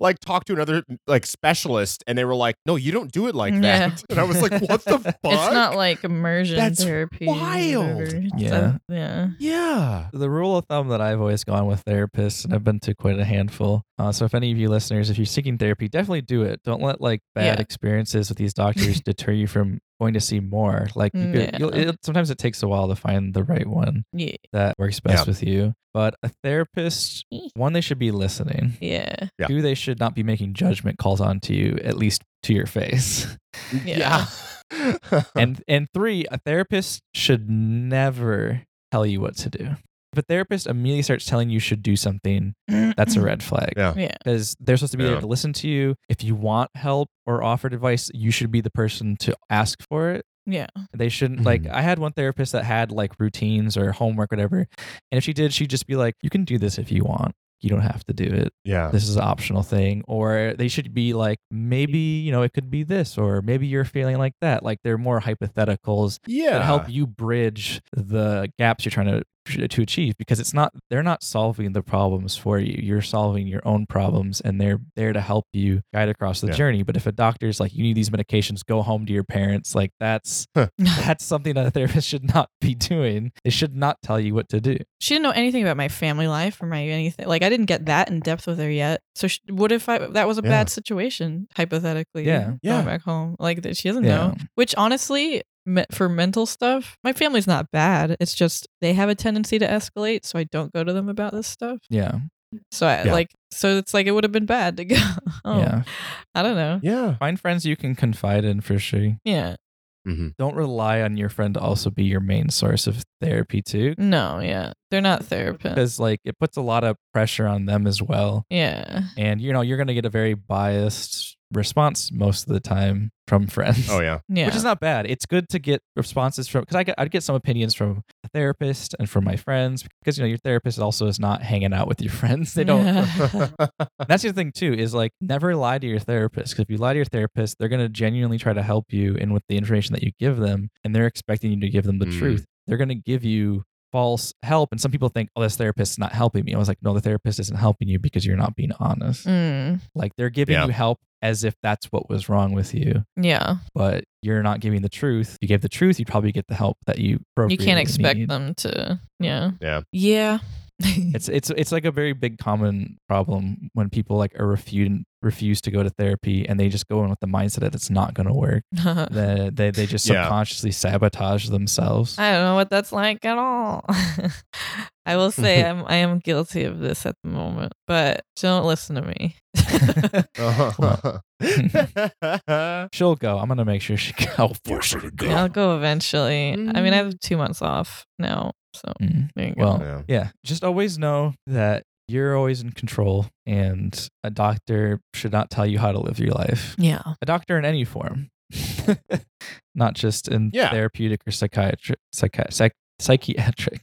S2: like talked to another like specialist, and they were like, no, you don't do it like
S4: Yeah.
S2: that, and I was like, what the fuck?
S4: It's not like immersion
S2: That's
S4: therapy. or
S2: wild.
S4: whatever. It's
S3: Yeah.
S4: a- yeah.
S2: yeah,
S3: the rule of thumb that I've always gone with therapists, and I've been to quite a handful. Uh, so, if any of you listeners, if you're seeking therapy, definitely do it. Don't let like bad
S4: Yeah.
S3: experiences with these doctors deter you from going to see more. Like, you could,
S4: Yeah.
S3: you'll, it, sometimes it takes a while to find the right one
S4: Yeah.
S3: that works best
S2: Yeah.
S3: with you. But a therapist, one, they should be listening.
S4: Yeah.
S2: Yeah.
S3: Two, they should not be making judgment calls onto you, at least to your face.
S4: Yeah.
S2: Yeah.
S3: and and three, a therapist should never tell you what to do. If a therapist immediately starts telling you should do something, that's a red flag.
S2: Yeah.
S4: Mm-hmm. Yeah.
S3: Because they're supposed to be
S2: Yeah.
S3: there to listen to you. If you want help or offered advice, you should be the person to ask for it.
S4: Yeah.
S3: They shouldn't like
S2: Mm-hmm.
S1: Mhm.
S3: I had one therapist that had like routines or homework, whatever. And if she did, she'd just be like, You can do this if you want. You don't have to do it.
S2: yeah,
S3: This is an optional thing. Or they should be like, maybe, you know, it could be this, or maybe you're feeling like that. Like they're more hypotheticals
S2: yeah,
S3: that help you bridge the gaps you're trying to to achieve because it's not they're not solving the problems for you you're solving your own problems and they're there to help you guide across the
S2: Yeah.
S3: journey but if a doctor's like you need these medications go home to your parents like that's that's something that a therapist should not be doing they should not tell you what to do
S4: she didn't know anything about my family life or my anything. Like I didn't get that in depth with her yet. So she, what if I that was a
S2: Yeah.
S4: bad situation hypothetically?
S3: Yeah.
S4: going
S2: Yeah.
S4: back home like that she doesn't
S3: Yeah.
S4: know. Which honestly, me- for mental stuff, my family's not bad. It's just they have a tendency to escalate, so I don't go to them about this stuff.
S3: yeah
S4: So I
S2: Yeah.
S4: like so it's like it would have been bad to go.
S2: Oh.
S4: home.
S3: yeah
S4: I don't know.
S2: yeah.
S3: find friends you can confide in for sure
S4: Yeah.
S3: don't rely on your friend to also be your main source of therapy too
S4: No. Mm, Yeah. They're not therapists.
S3: because like it puts a lot of pressure on them as well
S4: Yeah.
S3: and you know you're going to get a very biased response most of the time from friends
S2: Oh yeah.
S4: Yeah.
S3: which is not bad it's good to get responses from because i get, i'd get some opinions from a therapist and from my friends because you know your therapist also is not hanging out with your friends they don't that's the other thing too is like never lie to your therapist because if you lie to your therapist they're going to genuinely try to help you and with the information that you give them and they're expecting you to give them the
S2: Mm.
S3: truth they're going to give you false help and some people think oh this therapist is not helping me i was like no the therapist isn't helping you because you're not being honest
S4: Mm,
S3: like they're giving
S2: Yeah.
S3: you help as if that's what was wrong with you,
S4: yeah.
S3: but you're not giving the truth. If you gave the truth, you'd probably get the help that you
S4: You can't
S3: appropriately
S4: expect
S3: need.
S4: them to. Yeah.
S2: Yeah.
S4: Yeah.
S3: It's it's it's like a very big common problem when people like are refusing refuse to go to therapy and they just go in with the mindset that it's not going to work.
S4: I
S3: That they, they just
S2: Yeah.
S3: subconsciously sabotage themselves.
S4: don't know what that's like at all. I will say I'm I am guilty of this at the moment, but don't listen to me.
S3: She'll go. I'm gonna make sure she go. I'll force her to go.
S4: I'll go eventually. I mean, I have two months off now, so
S3: Mm.
S4: there you go.
S3: Mm-hmm. Well,
S2: Yeah.
S3: yeah. Just always know that you're always in control and a doctor should not tell you how to live your life.
S4: yeah.
S3: A doctor in any form, not just in
S2: Yeah.
S3: therapeutic or psychiatric, psychi- psych- psychiatric.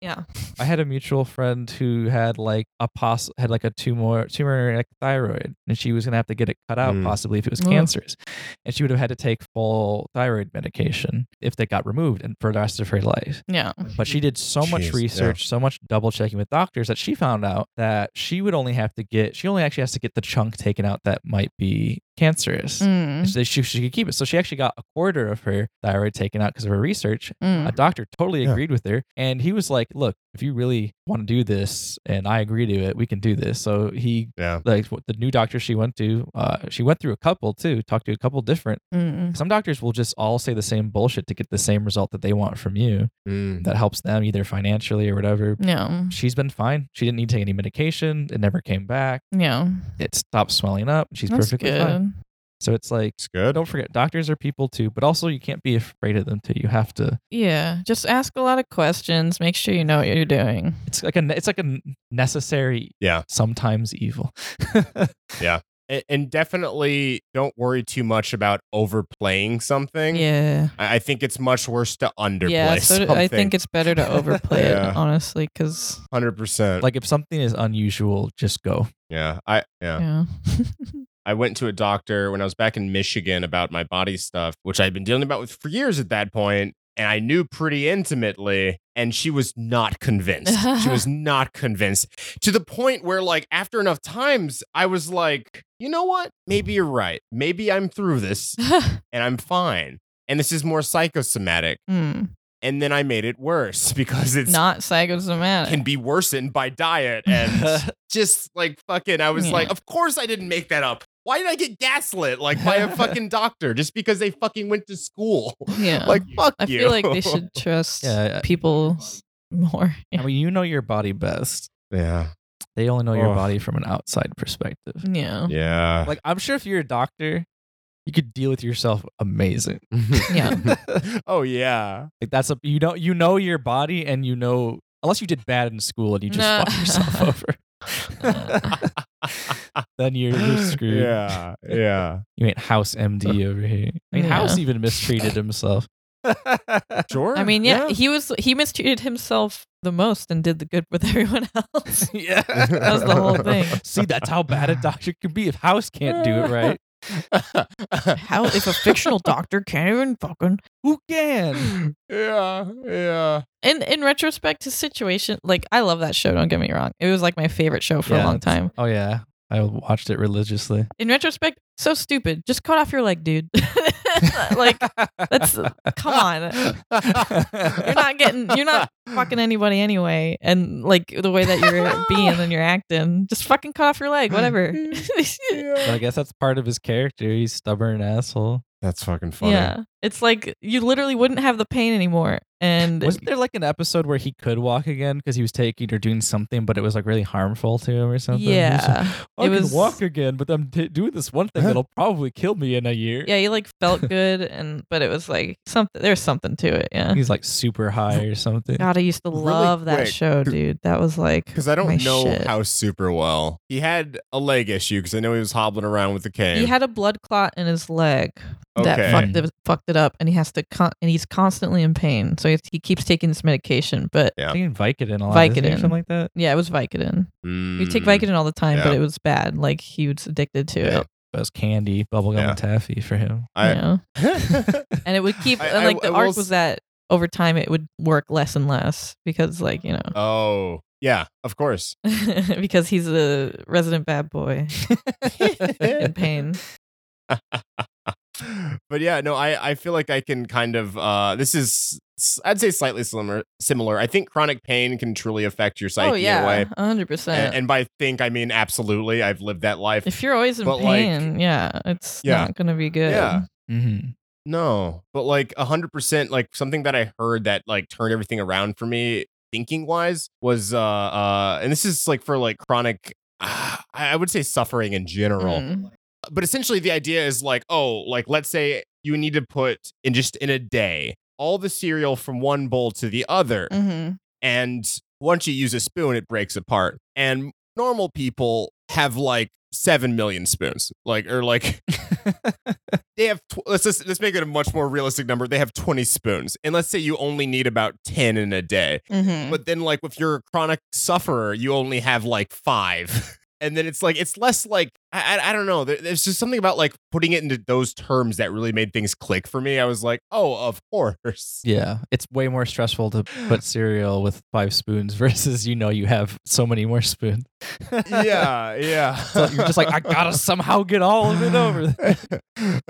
S4: Yeah.
S3: I had a mutual friend who had like a pos- had like a tumor tumor in her thyroid, and she was gonna have to get it cut out
S2: Mm.
S3: possibly if it was
S4: Ugh.
S3: cancerous, and she would have had to take full thyroid medication if they got removed and for the rest of her life.
S4: Yeah.
S3: But she did so
S2: Jeez, yeah.
S3: much research, so much double checking with doctors that she found out that she would only have to get she only actually has to get the chunk taken out that might be cancerous.
S4: Mm-hmm. Mm,
S3: And so she, she could keep it. So she actually got a quarter of her thyroid taken out because of her research,
S4: mm,
S3: a
S4: Mm-hmm.
S3: doctor totally
S2: Yeah.
S3: agreed with her and he was like look if you really want to do this and i agree to it we can do this so he
S2: Yeah.
S3: like what the new doctor she went to uh, she went through a couple too talked to a couple different
S4: Mm-hmm. mm,
S3: some doctors will just all say the same bullshit to get the same result that they want from you
S2: Mm.
S3: that helps them either financially or
S4: mm.
S3: whatever
S4: No.
S3: she's been fine she didn't need to take any medication it never came back
S4: No.
S3: it stopped swelling up she's
S4: That's
S3: perfectly
S4: good.
S3: fine so it's like
S2: It's good.
S3: don't forget doctors are people too but also you can't be afraid of them too you have to
S4: Yeah. Just ask a lot of questions. Make sure you know what you're doing.
S3: it's like a it's like a necessary
S2: Yeah.
S3: sometimes evil
S2: A- and definitely don't worry too much about overplaying something.
S4: Yeah.
S2: I I think it's much worse to underplay
S4: Yeah. So
S2: something.
S4: I think it's better to overplay
S2: Yeah.
S4: it, honestly, because.
S2: hundred percent.
S3: like if something is unusual just go
S2: Yeah, I yeah.
S4: Yeah.
S2: I went to a doctor when I was back in Michigan about my body stuff, which I'd been dealing about with for years at that point, and I knew pretty intimately. And she was not convinced. she was not convinced to the point where, like, after enough times, I was like, you know what? Maybe you're right. Maybe I'm through this and I'm fine. And this is more psychosomatic.
S4: Hmm.
S2: And then I made it worse because it's
S4: Not psychosomatic.
S2: can be worsened by diet and just like fucking I was
S4: Yeah.
S2: like of course I didn't make that up. Why did I get gaslit like by a fucking doctor just because they fucking went to school?
S4: yeah.
S2: Like fuck
S4: I
S2: you.
S4: feel like they should trust
S3: Yeah, I-
S4: people more.
S3: i mean you know your body best
S2: Yeah.
S3: they only know your
S2: Ugh.
S3: body from an outside perspective
S4: Yeah.
S2: Yeah.
S3: like i'm sure if you're a doctor you could deal with yourself amazing
S4: Yeah.
S2: oh yeah.
S3: like that's a you know you know your body and you know unless you did bad in school and you just
S4: No.
S3: fucked yourself over then you're, you're screwed
S2: Yeah. Yeah.
S3: you ain't house md over here i mean
S4: Yeah.
S3: house even mistreated himself
S2: Sure.
S4: I mean, yeah, he was he mistreated himself the most and did the good with everyone else.
S3: yeah
S4: That was the whole thing.
S3: see that's how bad a doctor can be if house can't do it right
S4: How if a fictional doctor can't even fucking
S3: Who can?
S2: Yeah. Yeah.
S4: in in retrospect, his situation like I love that show. Don't get me wrong; it was like my favorite show for a
S3: Yeah,
S4: long
S3: it's-
S4: time.
S3: Oh yeah, I watched it religiously.
S4: In retrospect, so stupid. Just cut off your leg, dude. like that's come on. You're not getting you're not fucking anybody anyway. And like the way that you're being and you're acting, just fucking cut off your leg, whatever.
S3: But I guess that's part of his character. He's stubborn asshole.
S2: That's fucking funny.
S4: Yeah. It's like you literally wouldn't have the pain anymore. And
S3: Wasn't there like an episode where he could walk again because he was taking or doing something, but it was like really harmful to him or something? He was like,
S4: yeah.
S3: I
S4: It
S3: can
S4: was-
S3: walk again, but I'm t- doing this one thing that'll probably kill me in a year.
S4: Yeah, you like felt good and but it was like something there's something to it, yeah.
S3: He's like super high or something.
S4: God, I used to
S2: Really
S4: love that
S2: quick,
S4: show,
S2: 'cause-
S4: dude. That was like
S2: Because I don't
S4: my
S2: know
S4: shit.
S2: how super well. He had a leg issue because I know he was hobbling around with the cane.
S4: he had a blood clot in his leg
S2: Okay.
S4: that fucked it, fucked it up, and he has to con- and he's constantly in pain. So he, he keeps taking this medication, but
S2: Yeah.
S3: I think Vicodin a lot. isn't he, or
S4: Vicodin.
S3: something like that.
S4: yeah, it was Vicodin. We take
S2: Mm.
S4: Vicodin all the time, but
S2: Yeah.
S4: it was bad. Like he was addicted to
S2: Yeah.
S4: it.
S3: It was candy, bubblegum,
S2: Yeah.
S3: and taffy for him.
S4: You
S2: I-
S4: know? and it would keep
S2: I-
S4: and
S2: I-
S4: like
S2: I
S4: the
S2: will
S4: arc
S2: s-
S4: was that over time it would work less and less because like you know
S2: oh, yeah, of course.
S4: because he's a resident bad boy in pain
S2: but yeah, no, I, I feel like I can kind of uh this is s- I'd say slightly similar similar. I think chronic pain can truly affect your psyche
S4: oh
S2: in a
S4: yeah
S2: way.
S4: 100%
S2: And, and by think I mean absolutely. I've lived that life.
S4: if you're always in
S2: but, like-
S4: pain yeah it's
S2: Yeah.
S4: not gonna be good
S2: Yeah.
S3: Mm-hmm.
S2: No, but like a hundred percent, like something that I heard that like turned everything around for me, thinking wise, was uh uh, and this is like for like chronic, I I would say suffering in general.
S4: Mm.
S2: But essentially, the idea is like, oh, like let's say you need to put in just in a day all the cereal from one bowl to the other,
S4: Mhm.
S2: and once you use a spoon, it breaks apart. And normal people have like seven million spoons, like or like they have. Tw- let's just, let's make it a much more realistic number. They have twenty spoons, and let's say you only need about ten in a day.
S4: Mm-hmm.
S2: But then, like, if you're a chronic sufferer, you only have like five. And then it's like, it's less like, I, I, I don't know. There- There's just something about like putting it into those terms that really made things click for me. I was like, oh, of course.
S3: Yeah, it's way more stressful to put cereal with five spoons versus you know you have so many more spoons.
S2: yeah. yeah.
S3: So you're just like I gotta somehow get all of it over.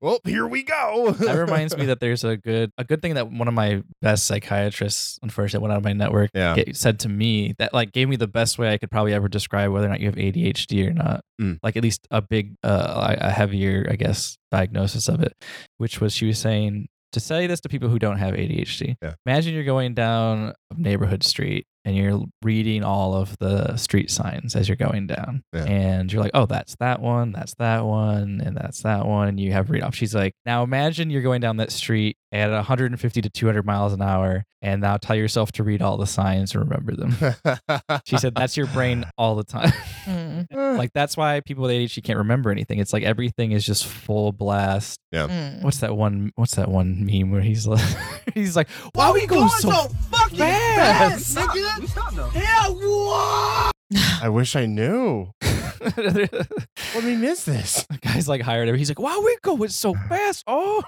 S2: well, here we go.
S3: That reminds me that there's a good a good thing that one of my best psychiatrists, unfortunately, went out of my network,
S2: Yeah.
S3: ga- said to me that like gave me the best way I could probably ever describe whether or not you have ADHD or not.
S2: Mm.
S3: Like at least a big, uh, a a heavier, I guess, diagnosis of it, which was she was saying to say this to people who don't have ADHD.
S2: Yeah.
S3: Imagine you're going down a neighborhood street and you're reading all of the street signs as you're going down.
S2: Yeah.
S3: And you're like, oh, that's that one, that's that one, and that's that one. And you have read off. She's like, now imagine you're going down that street at 150 to 200 miles an hour, and now tell yourself to read all the signs and remember them. She said, that's your brain all the time.
S2: Mm-hmm.
S3: like, that's why people with ADHD can't remember anything. It's like everything is just full blast what's that one what's that one meme where he's like he's like why we go so,
S6: fucking
S3: fast,
S6: nigga?
S2: I wish I knew.
S3: the
S2: Let me miss this.
S3: guy's like hired him he's like why we going so fast oh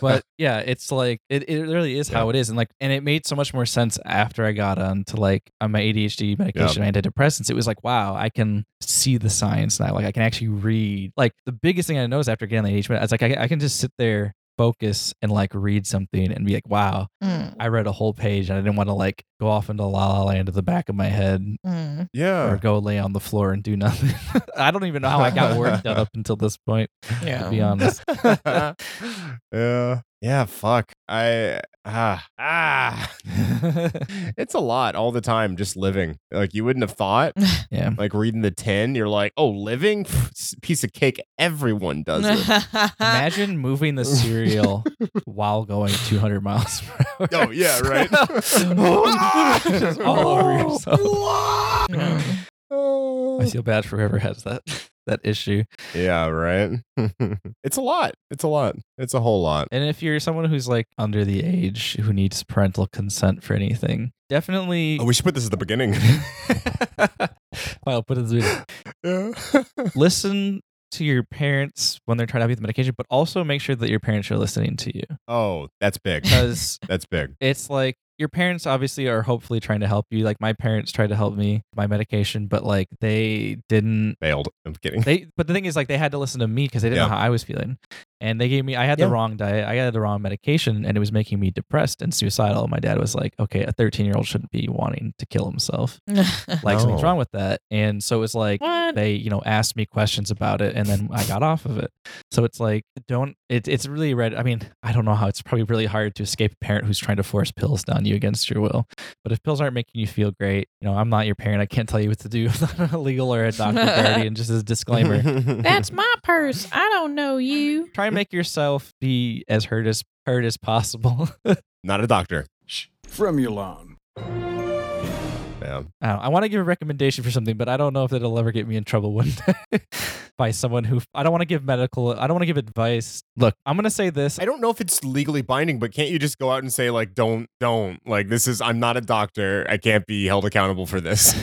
S3: but yeah it's like it, it really is how it is and like and it made so much more sense after i got on to like on my adhd medication antidepressants it was like wow i can see the science now like i can actually read like the biggest thing i noticed after getting on the adhd i was like I, I can just sit there focus and like read something and be like wow I read a whole page and I didn't want to like go off into la la land at the back of my head or
S2: yeah.
S3: go lay on the floor and do nothing. I don't even know how I got worked out up until this point, to be honest.
S2: yeah. Yeah, fuck. I ah ah. it's a lot all the time just living. Like you wouldn't have thought.
S3: Yeah.
S2: Like reading the 10, you're like, "Oh, living Pff, s- piece of cake everyone does it."
S3: Imagine moving the cereal while going 200 miles per hour.
S2: oh, yeah, right.
S3: Just all over
S2: Oh.
S3: yourself. I feel bad for whoever has that that issue.
S2: yeah, right. it's a lot. It's a lot. It's a whole lot.
S3: And if you're someone who's like under the age who needs parental consent for anything, definitely
S2: Oh, we should put this at the beginning.
S3: Well, I'll put it this way. listen to your parents when they're trying to help you with medication, but also make sure that your parents are listening to you
S2: oh, that's big.
S3: because
S2: That's big.
S3: it's like your parents obviously are hopefully trying to help you. Like my parents tried to help me with my medication, but like they didn't.
S2: Failed. I'm kidding.
S3: They but the thing is like they had to listen to me because they didn't know how I was feeling, and they gave me I had
S2: Yeah.
S3: the wrong diet, I had the wrong medication, and it was making me depressed and suicidal. My dad was like, "Okay, a thirteen year old shouldn't be wanting to kill himself. Like
S2: No.
S3: something's wrong with that." And so it was like
S4: What?
S3: they you know asked me questions about it and then i got off of it so it's like don't it, it's really red i mean i don't know how it's probably really hard to escape a parent who's trying to force pills down you against your will but if pills aren't making you feel great you know i'm not your parent i can't tell you what to do i'm not a legal or a doctor guardian just as a disclaimer
S4: That's my purse. I don't know you.
S3: try and make yourself be as hurt as hurt as possible I,
S2: Not a doctor.
S6: Fremulon.
S2: Yeah.
S3: don't know. I want to give a recommendation for something but i don't know if it'll ever get me in trouble one day by someone who i don't want to give medical i don't want to give advice look i'm going to say this
S2: I don't know if it's legally binding, but can't you just go out and say like, "Don't, don't." Like this is I'm not a doctor. I can't be held accountable for this.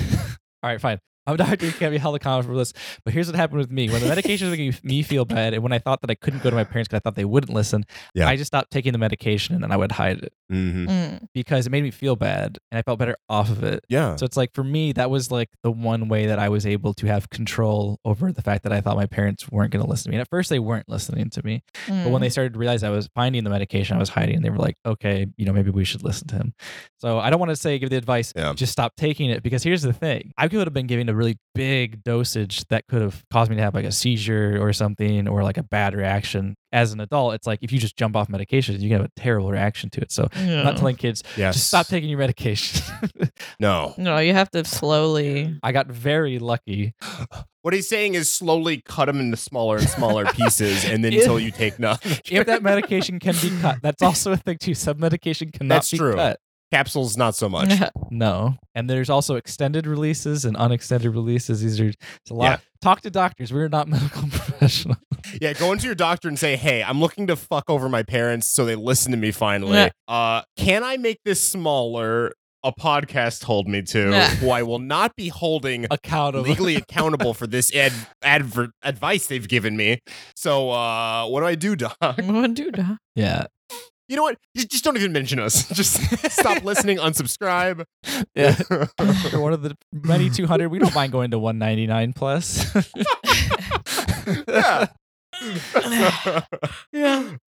S3: All right, fine. I'm a doctor. You can't be held accountable for this. But here's what happened with me: when the medication was making me feel bad, and when I thought that I couldn't go to my parents because I thought they wouldn't listen,
S2: Yeah.
S3: I just stopped taking the medication and then I would hide it
S2: mm-hmm.
S3: because it made me feel bad and I felt better off of it.
S2: Yeah.
S3: So it's like for me, that was like the one way that I was able to have control over the fact that I thought my parents weren't going to listen to me. And at first, they weren't listening to me. But when they started to realize I was finding the medication I was hiding, they were like, okay, you know, maybe we should listen to him. So I don't want to say give the advice,
S2: Yeah.
S3: just stop taking it. Because here's the thing I could have been giving a really big dosage that could have caused me to have like a seizure or something or like a bad reaction. As an adult, it's like if you just jump off medication, you can have a terrible reaction to it. So I'm
S4: Oh.
S3: not telling kids,
S2: Yes.
S3: just stop taking your medication.
S2: No.
S4: no, you have to slowly.
S3: I got very lucky.
S2: What he's saying is slowly cut them into smaller and smaller pieces, and then
S3: If-
S2: until you take none.
S3: If that medication can be cut, that's also a thing too. Some medication cannot
S2: That's
S3: be
S2: true.
S3: cut.
S2: Capsules, not so much.
S3: No. And there's also extended releases and unextended releases. These are it's a lot.
S2: Yeah.
S3: Talk to doctors. We're not medical professionals.
S2: yeah, go into your doctor and say, "Hey, I'm looking to fuck over my parents so they listen to me finally.
S4: Yeah.
S2: Uh, can I make this smaller? A podcast hold me to,
S4: Yeah.
S2: who I will not be holding
S3: Accountable.
S2: legally accountable for this ad- adver- advice they've given me. So, uh, what do I do, doc?
S4: What do doc?
S3: Yeah.
S2: You know what? Just, just don't even mention us. Just stop listening, unsubscribe.
S3: Yeah. For one of the many 200, we don't mind going to 199 plus.
S2: yeah.
S4: Yeah.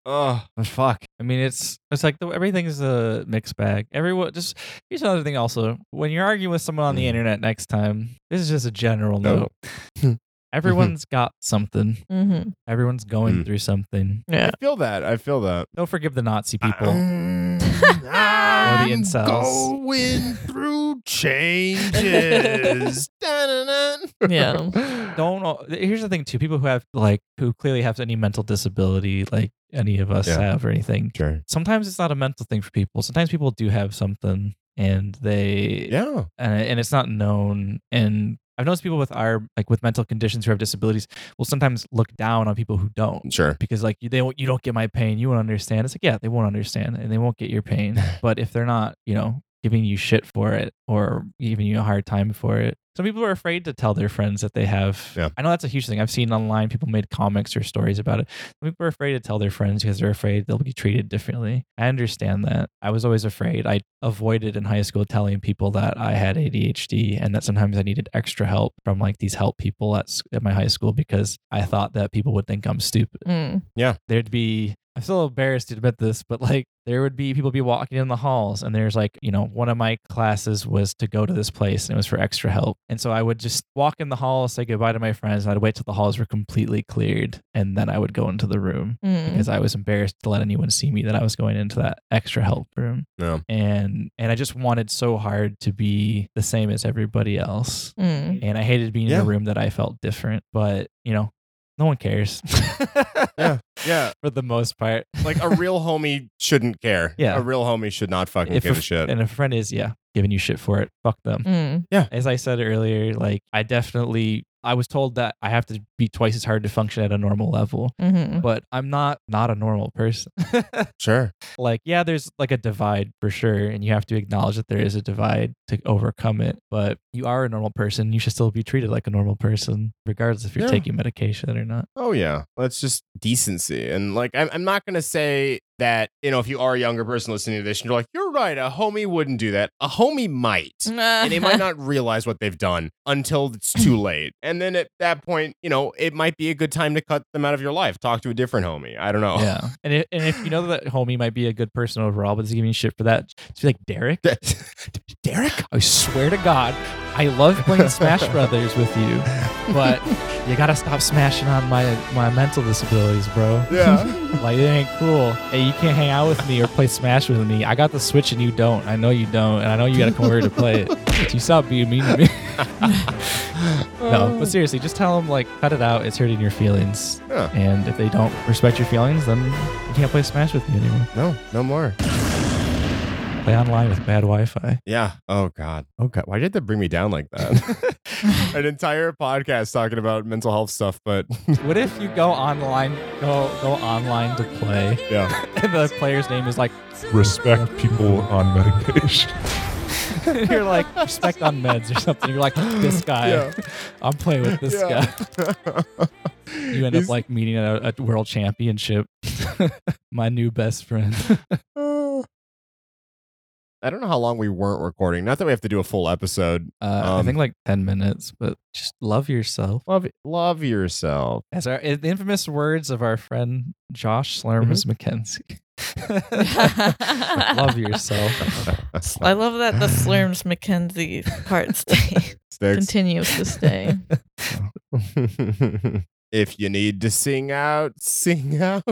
S2: oh,
S3: But fuck. I mean, it's it's like the, everything's a mixed bag. Everyone just here's another thing. Also, when you're arguing with someone on
S2: Hmm.
S3: the internet next time, this is just a general
S2: No. Hmm.
S3: note. Everyone's got something.
S4: Mm-hmm.
S3: Everyone's going
S2: Mm.
S3: through something.
S4: Yeah.
S2: I feel that. I feel that.
S3: Don't forgive the Nazi people.
S2: Oh. I'm
S3: Or the incels.
S2: Going through changes. Dun-dun-dun.
S4: Yeah.
S3: don't all- here's the thing too people who have like who clearly have any mental disability like any of us
S2: Yeah.
S3: have or anything
S2: Sure.
S3: sometimes it's not a mental thing for people sometimes people do have something and they
S2: Yeah.
S3: and, and it's not known and i've noticed people with our like with mental conditions who have disabilities will sometimes look down on people who don't
S2: Sure.
S3: because like you, they won't, you don't get my pain you won't understand it's like yeah they won't understand and they won't get your pain but if they're not you know giving you shit for it or giving you a hard time for it some people are afraid to tell their friends that they have
S2: Yeah.
S3: i know that's a huge thing i've seen online people made comics or stories about it some people are afraid to tell their friends because they're afraid they'll be treated differently i understand that i was always afraid i avoided in high school telling people that i had adhd and that sometimes i needed extra help from like these help people at, s- at my high school because i thought that people would think i'm stupid
S4: Mm.
S3: there'd be I'm still embarrassed to admit this, but like there would be people be walking in the halls and there's like, you know, one of my classes was to go to this place and it was for extra help. And so I would just walk in the hall, say goodbye to my friends, and I'd wait till the halls were completely cleared and then I would go into the room
S4: Mm.
S3: because I was embarrassed to let anyone see me that I was going into that extra help room.
S2: Yeah.
S3: And and I just wanted so hard to be the same as everybody else.
S4: Mm.
S3: And I hated being in
S2: Yeah.
S3: a room that I felt different, but you know, no one cares.
S2: Yeah.
S3: for the most part.
S2: Like a real homie shouldn't care.
S3: Yeah.
S2: A real homie should not fucking
S3: If
S2: give
S3: a-
S2: a shit.
S3: And if a friend is, yeah, giving you shit for it, fuck them.
S4: Mm.
S3: As I said earlier, like I definitely I was told that I have to be twice as hard to function at a normal level.
S4: Mm-hmm.
S3: But I'm not not a normal person.
S2: Sure.
S3: like, yeah, there's like a divide for sure, and you have to acknowledge that there is a divide to overcome it. But you are a normal person. You should still be treated like a normal person, regardless if you're
S2: Yeah.
S3: taking medication or not.
S2: Oh yeah, that's just decency, and like I'm, I'm not gonna say that you know if you are a younger person listening to this and you're like you're right, a homie wouldn't do that. A homie might, and they
S4: Mm-hmm.
S2: might not realize what they've done until it's too late, and then at that point, you know, it might be a good time to cut them out of your life. Talk to a different homie. I don't know.
S3: Yeah. And if, and if you know that homie might be a good person overall, but is he giving you shit for that? Just be like, Derek, Derek, I swear to God, I love playing Smash Brothers with you, but you gotta stop smashing on my my mental disabilities, bro.
S2: yeah.
S3: Like it ain't cool. Hey, you can't hang out with me or play Smash with me. I got the Switch and you don't. I know you don't, and I know you gotta come over here to play it. You stop being mean to me. no, but seriously, just tell them like cut it out. It's hurting your feelings,
S2: Yeah.
S3: and if they don't respect your feelings, then you can't play Smash with me anymore.
S2: No, no more.
S3: Play online with bad Wi-Fi.
S2: Yeah. Oh God. Oh God. Why did that bring me down like that? An entire podcast talking about mental health stuff, but
S3: What if you go online, go go online to play,
S2: yeah.
S3: and the player's name is like,
S7: respect people on medication.
S3: you're like respect on meds or something. You're like this guy,
S2: Yeah.
S3: I'm playing with this guy. You end up like meeting at a, a world championship. My new best friend.
S2: I don't know how long we weren't recording. Not that we have to do a full episode.
S3: Uh, I
S2: Um,
S3: think like ten minutes, but just love yourself.
S2: Love, love yourself.
S3: As our the infamous words of our friend Josh Slurms McKenzie. love yourself.
S4: I love that the Slurms Mackenzie part stay,
S2: Sticks.
S4: continues to stay.
S2: if you need to sing out, sing out.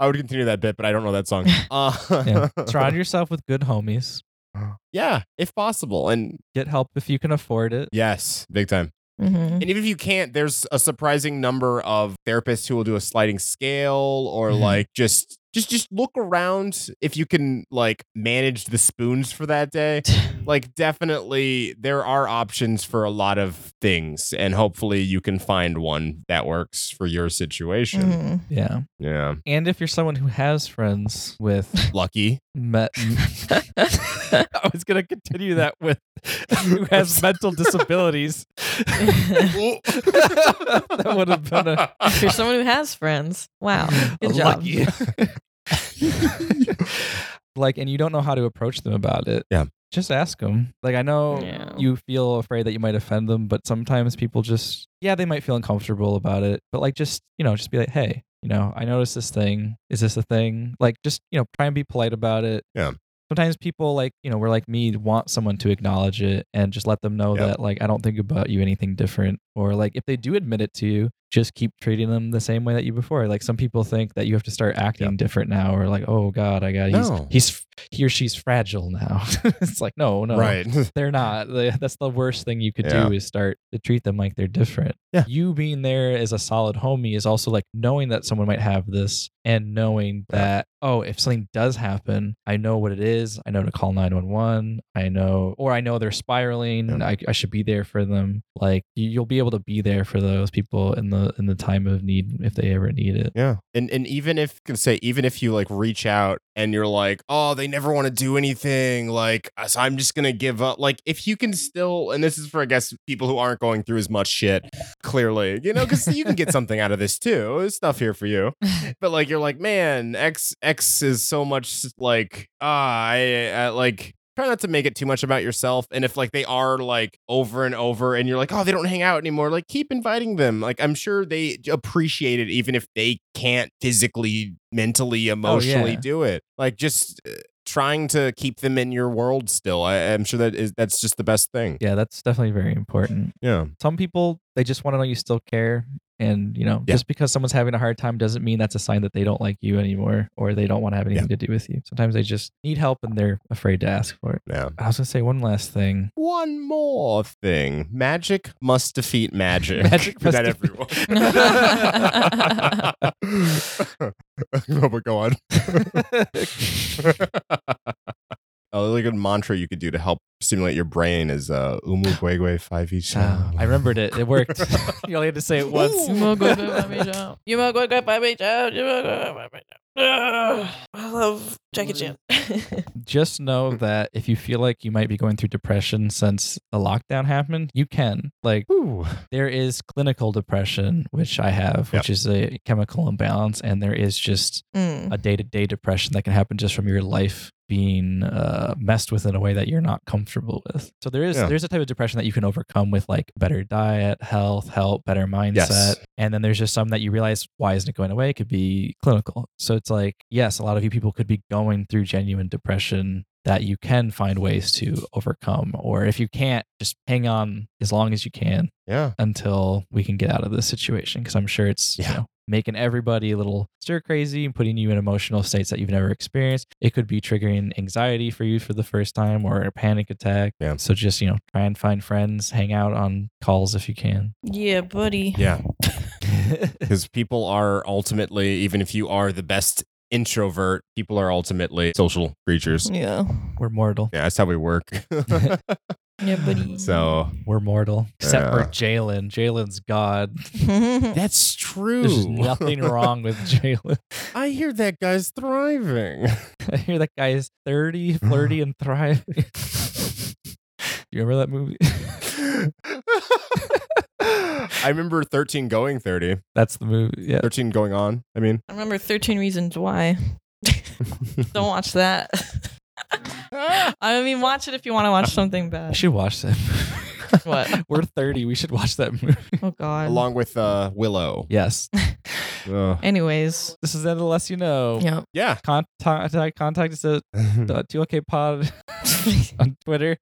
S2: I would continue that bit, but I don't know that song. Uh,
S3: Yeah. Surround yourself with good homies.
S2: yeah, if possible, and
S3: Get help if you can afford it.
S2: yes, big time.
S4: Mm-hmm.
S2: And even if you can't, there's a surprising number of therapists who will do a sliding scale or
S3: Mhm.
S2: like just just just look around if you can like manage the spoons for that day. like definitely there are options for a lot of things and hopefully you can find one that works for your situation.
S4: Mhm.
S3: Yeah.
S2: Yeah.
S3: And if you're someone who has friends with
S2: Lucky.
S3: met, I was gonna continue that with who has mental disabilities. that would have been a
S4: If you're someone who has friends, wow, good job.
S3: lucky. like, and you don't know how to approach them about it.
S2: Yeah.
S3: Just ask them. Like, I know
S4: Yeah.
S3: you feel afraid that you might offend them, but sometimes people just, yeah, they might feel uncomfortable about it, but like, just, you know, just be like, hey, you know, I noticed this thing. Is this a thing? Like, just, you know, try and be polite about it.
S2: Yeah.
S3: Sometimes people like, you know, we're like me, want someone to acknowledge it and just let them know
S2: Yeah.
S3: that, like, I don't think about you anything different. Or like, if they do admit it to you, just keep treating them the same way that you before. Like, some people think that you have to start acting different now or like, oh God, I got, he's,
S2: No.
S3: he's, he or she's fragile now. it's like, no, no
S2: Right.
S3: they're not. The- That's the worst thing you could
S2: Yeah.
S3: do is start to treat them like they're different.
S2: Yeah.
S3: You being there as a solid homie is also like knowing that someone might have this and knowing
S2: Yeah.
S3: that, oh, if something does happen, I know what it is. I know to call 911. I know, or I know they're spiraling.
S2: Yeah.
S3: I, I should be there for them. Like you- you'll be able to be there for those people in the, in the time of need if they ever need it.
S2: Yeah. And and even if can say even if you like reach out and you're like, "Oh, they never want to do anything." Like, uh, so I'm just going to give up. Like if you can still and this is for I guess people who aren't going through as much shit, clearly. You know, cuz you can get something out of this too. There's stuff here for you. But like you're like, "Man, X X is so much like ah, I, I like Try not to make it too much about yourself. And if like they are like over and over and you're like, oh, they don't hang out anymore, like keep inviting them. Like I'm sure they appreciate it, even if they can't physically, mentally, emotionally
S3: yeah.
S2: do it. Like just uh, trying to keep them in your world still. I, I'm sure that is that's just the best thing.
S3: Yeah. That's definitely very important.
S2: Yeah.
S3: some people they just want to know you still care and you know
S2: Yeah.
S3: just because someone's having a hard time doesn't mean that's a sign that they don't like you anymore or they don't want to have anything to do with you sometimes they just need help and they're afraid to ask for it
S2: Yeah.
S3: i was going to say one last thing
S2: One more thing. Magic must defeat magic.
S3: Magic
S2: Is
S3: must
S2: that everyone. no, but go on. A really good mantra you could do to help stimulate your brain is uh, umu guegue five each.
S3: Ah, i remembered it it worked you only had to say it once
S2: Ooh.
S4: You won't go to my beach out. You won't go to my beach out. You won't go to my beach out. I love Jackie Chan.
S3: just know that if you feel like you might be going through depression since the lockdown happened you can like
S2: Ooh.
S3: there is clinical depression which i have
S2: Yeah.
S3: which is a chemical imbalance and there is just
S4: Mm.
S3: a day-to-day depression that can happen just from your life being uh, messed with in a way that you're not comfortable with. So there is
S2: Yeah.
S3: there's a type of depression that you can overcome with like better diet, health, help, better mindset,
S2: Yes.
S3: and then there's just some that you realize why isn't it going away? It could be clinical. So it's like yes, a lot of you people could be going through genuine depression that you can find ways to overcome, or if you can't, just hang on as long as you can
S2: Yeah.
S3: until we can get out of this situation because I'm sure it's you
S2: Yeah.
S3: know making everybody a little stir crazy and putting you in emotional states that you've never experienced. It could be triggering anxiety for you for the first time or a panic attack.
S2: Yeah.
S3: So just you know try and find friends, hang out on calls if you can.
S4: Yeah, buddy.
S2: Yeah. Because people are ultimately, even if you are the best introvert, people are ultimately social creatures.
S4: Yeah.
S3: We're mortal.
S2: Yeah, that's how we work.
S4: Yeah, buddy.
S2: so
S3: We're mortal. Except for
S2: Yeah.
S3: Jalen. Jalen's God.
S2: that's true.
S3: There's nothing wrong with Jalen.
S2: I hear that guy's thriving.
S3: I hear that guy is 30,
S4: Uh-huh.
S3: flirty, and thriving. Do you remember that movie?
S2: I remember 13 going 30,
S3: That's the movie. Yeah.
S2: 13 going on. I mean,
S4: I remember 13 Reasons Why. Don't watch that. I mean, watch it if you want to watch something
S3: I
S4: bad.
S3: should watch that.
S4: What?
S3: We're 30. We should watch that movie.
S4: Oh, God.
S2: along with uh, Willow.
S3: Yes.
S2: Ugh.
S4: Anyways.
S3: This is the less you know.
S4: Yeah.
S2: yeah.
S3: Contact, contact us at uh, 2OK Pod on Twitter.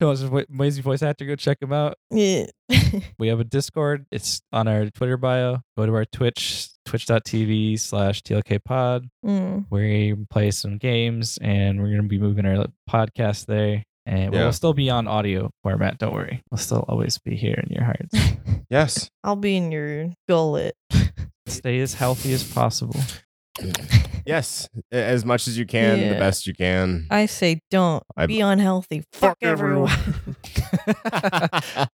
S3: No, it's Wa- Lazy Voice Actor. Go check him out.
S4: Yeah.
S3: We have a Discord. It's on our Twitter bio. Go to our Twitch, twitch.tv slash TLK Pod.
S4: Mm.
S3: We play some games and we're going to be moving our podcast there. And
S2: Yeah.
S3: we'll still be on audio format. Don't worry. We'll still always be here in your hearts.
S2: Yes.
S4: I'll be in your gullet.
S3: Stay as healthy as possible.
S2: yes, a- as much as you can, the
S4: Yeah.
S2: best you can.
S4: I say don't
S2: I-
S4: be unhealthy. Fuck, everyone.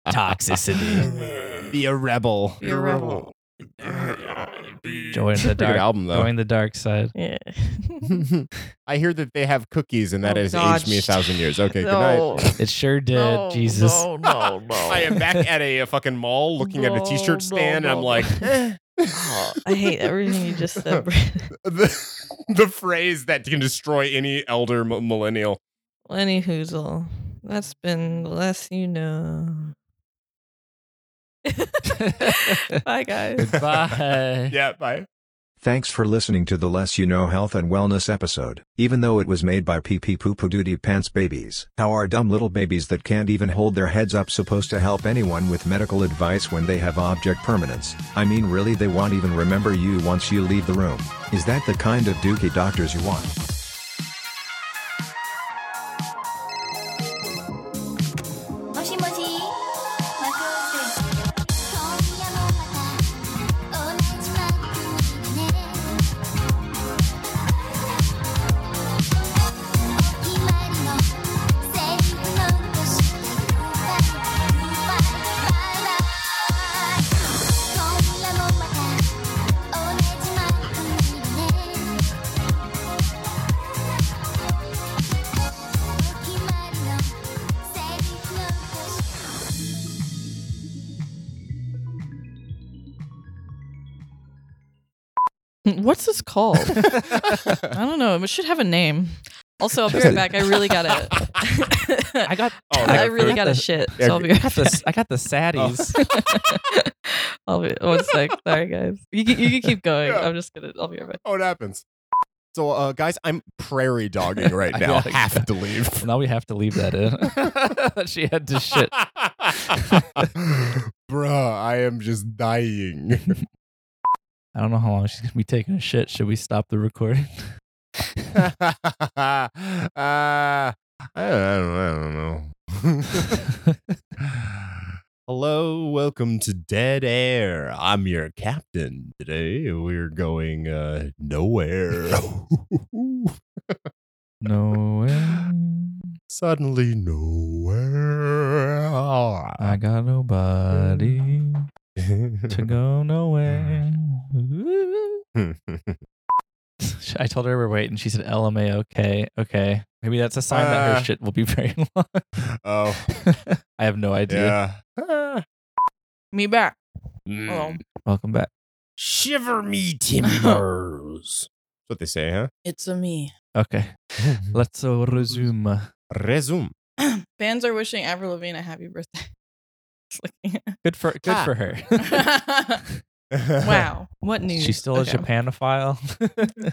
S3: Toxicity.
S2: Be a rebel.
S4: Be a rebel.
S3: Join the
S2: Pretty good
S3: dark.
S2: album though.
S3: Join the dark side.
S4: yeah.
S2: I hear that they have cookies and that
S4: Oh,
S2: has aged
S4: God.
S2: me a thousand years. Okay,
S4: No.
S2: good night.
S3: It sure did.
S4: No,
S3: Jesus.
S4: No, no, no.
S2: I am back at a, a fucking mall looking at a
S4: No,
S2: t-shirt
S4: no,
S2: stand and I'm
S4: no,
S2: like
S4: no.
S2: eh.
S4: I hate everything you just said.
S2: the, the phrase that can destroy any elder m- millennial.
S4: Lenny Hoozle. That's been the less you know.
S8: Bye, guys.
S3: Goodbye.
S2: Yeah, bye.
S1: Thanks for listening to the Less You Know Health and Wellness episode. Even though it was made by pee pee poo poo duty pants babies, how are dumb little babies that can't even hold their heads up supposed to help anyone with medical advice when they have object permanence? I mean, really, they won't even remember you once you leave the room. Is that the kind of dookie doctors you want?
S8: What's this called? I don't know. It should have a name. Also, I'll be right back. I really gotta.
S3: I
S8: I,
S3: got.
S2: Oh,
S3: I
S8: really
S3: got
S8: gotta
S3: the-
S8: shit.
S2: yeah,
S8: So I'll be
S3: I
S8: right
S3: got
S8: back.
S3: the. I got the saddies.
S2: Oh.
S8: I'll be one sec. Sorry, guys. You can, you can keep going.
S2: Yeah.
S8: I'm just gonna. I'll be right back.
S2: Oh, it happens. So, uh, guys, I'm prairie dogging right
S3: I
S2: now.
S3: gotta-
S2: Have to leave.
S3: now we have to leave that in. That she had to shit.
S2: Bruh, I am just dying.
S3: I don't know how long she's gonna be taking a shit. Should we stop the recording?
S2: uh, I, don't, I don't know. Hello, welcome to Dead Air. I'm your captain today. We're going uh, nowhere.
S3: no.
S2: Suddenly, nowhere.
S3: I got nobody to go nowhere. I told her we're waiting. She said LMAO. Okay, okay. Maybe that's a sign that
S2: Uh.
S3: her shit will be very long.
S2: oh,
S3: I have no idea.
S2: yeah. Ah.
S4: Me back.
S2: Mm.
S3: Welcome back.
S2: Shiver me timbers. That's what they say, huh?
S4: It's a me.
S3: Okay, let's uh, resume.
S2: Resume.
S4: Fans are wishing Avril Lavigne a happy birthday. Just looking at-
S3: Good for good
S2: Ah.
S3: for her.
S4: wow. What news?
S3: She's still
S4: Okay.
S3: a Japanophile.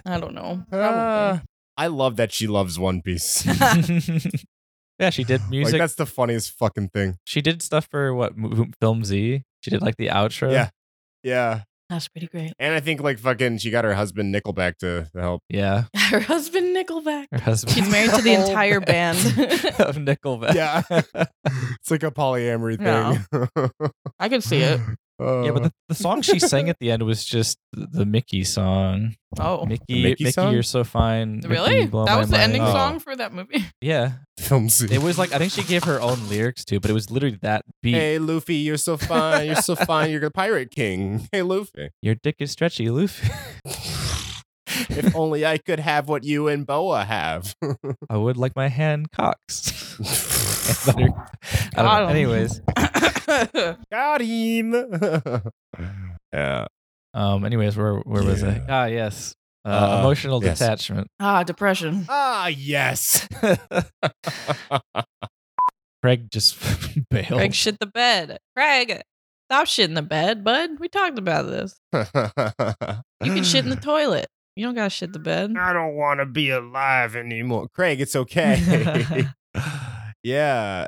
S4: I don't know.
S2: Uh,
S4: Probably.
S2: I love that she loves One Piece.
S3: yeah, she did
S2: like
S3: music.
S2: that's the funniest fucking thing.
S3: she did stuff for what mo- film Z. She did like the outro.
S2: Yeah. Yeah,
S4: That's pretty great.
S2: and I think like fucking she got her husband Nickelback to to help.
S3: yeah.
S4: Her husband Nickelback.
S3: Her husband.
S4: She's married to the
S3: Whole
S4: entire band.
S3: of Nickelback.
S2: Yeah, it's like a polyamory thing.
S4: I could see it.
S2: Uh,
S3: Yeah, but the, the song she sang at the end was just the Mickey song.
S4: Oh.
S3: Mickey,
S2: Mickey
S3: Mickey,
S2: song?
S3: you're so fine. Mickey,
S4: Really?
S3: blow
S4: That
S3: my
S4: was the
S3: mind.
S4: ending
S2: Oh.
S4: song for that movie.
S3: Yeah,
S2: film scene.
S3: it was like I think she gave her own lyrics to, but it was literally that beat.
S2: Hey Luffy, you're so fine. You're so fine. You're the pirate king. Hey Luffy.
S3: Your dick is stretchy, Luffy.
S2: if only I could have what you and Boa have.
S3: I would like my hand cocks.
S2: Oh,
S3: I don't know.
S4: Got 'em.
S3: Anyways,
S2: Got him. yeah.
S3: um, anyways, where where was I?
S2: Yeah.
S3: Ah, yes, uh,
S2: Uh,
S3: emotional
S2: yes.
S3: detachment.
S4: ah, depression.
S2: Ah, yes.
S3: Craig just bailed.
S8: Craig
S3: Craig,
S8: sh-
S4: Shit the bed. Craig, stop shitting the bed, bud. We talked about this. You can shit in the toilet. You don't gotta shit the bed.
S2: I don't want to be alive anymore. Craig, it's okay. yeah.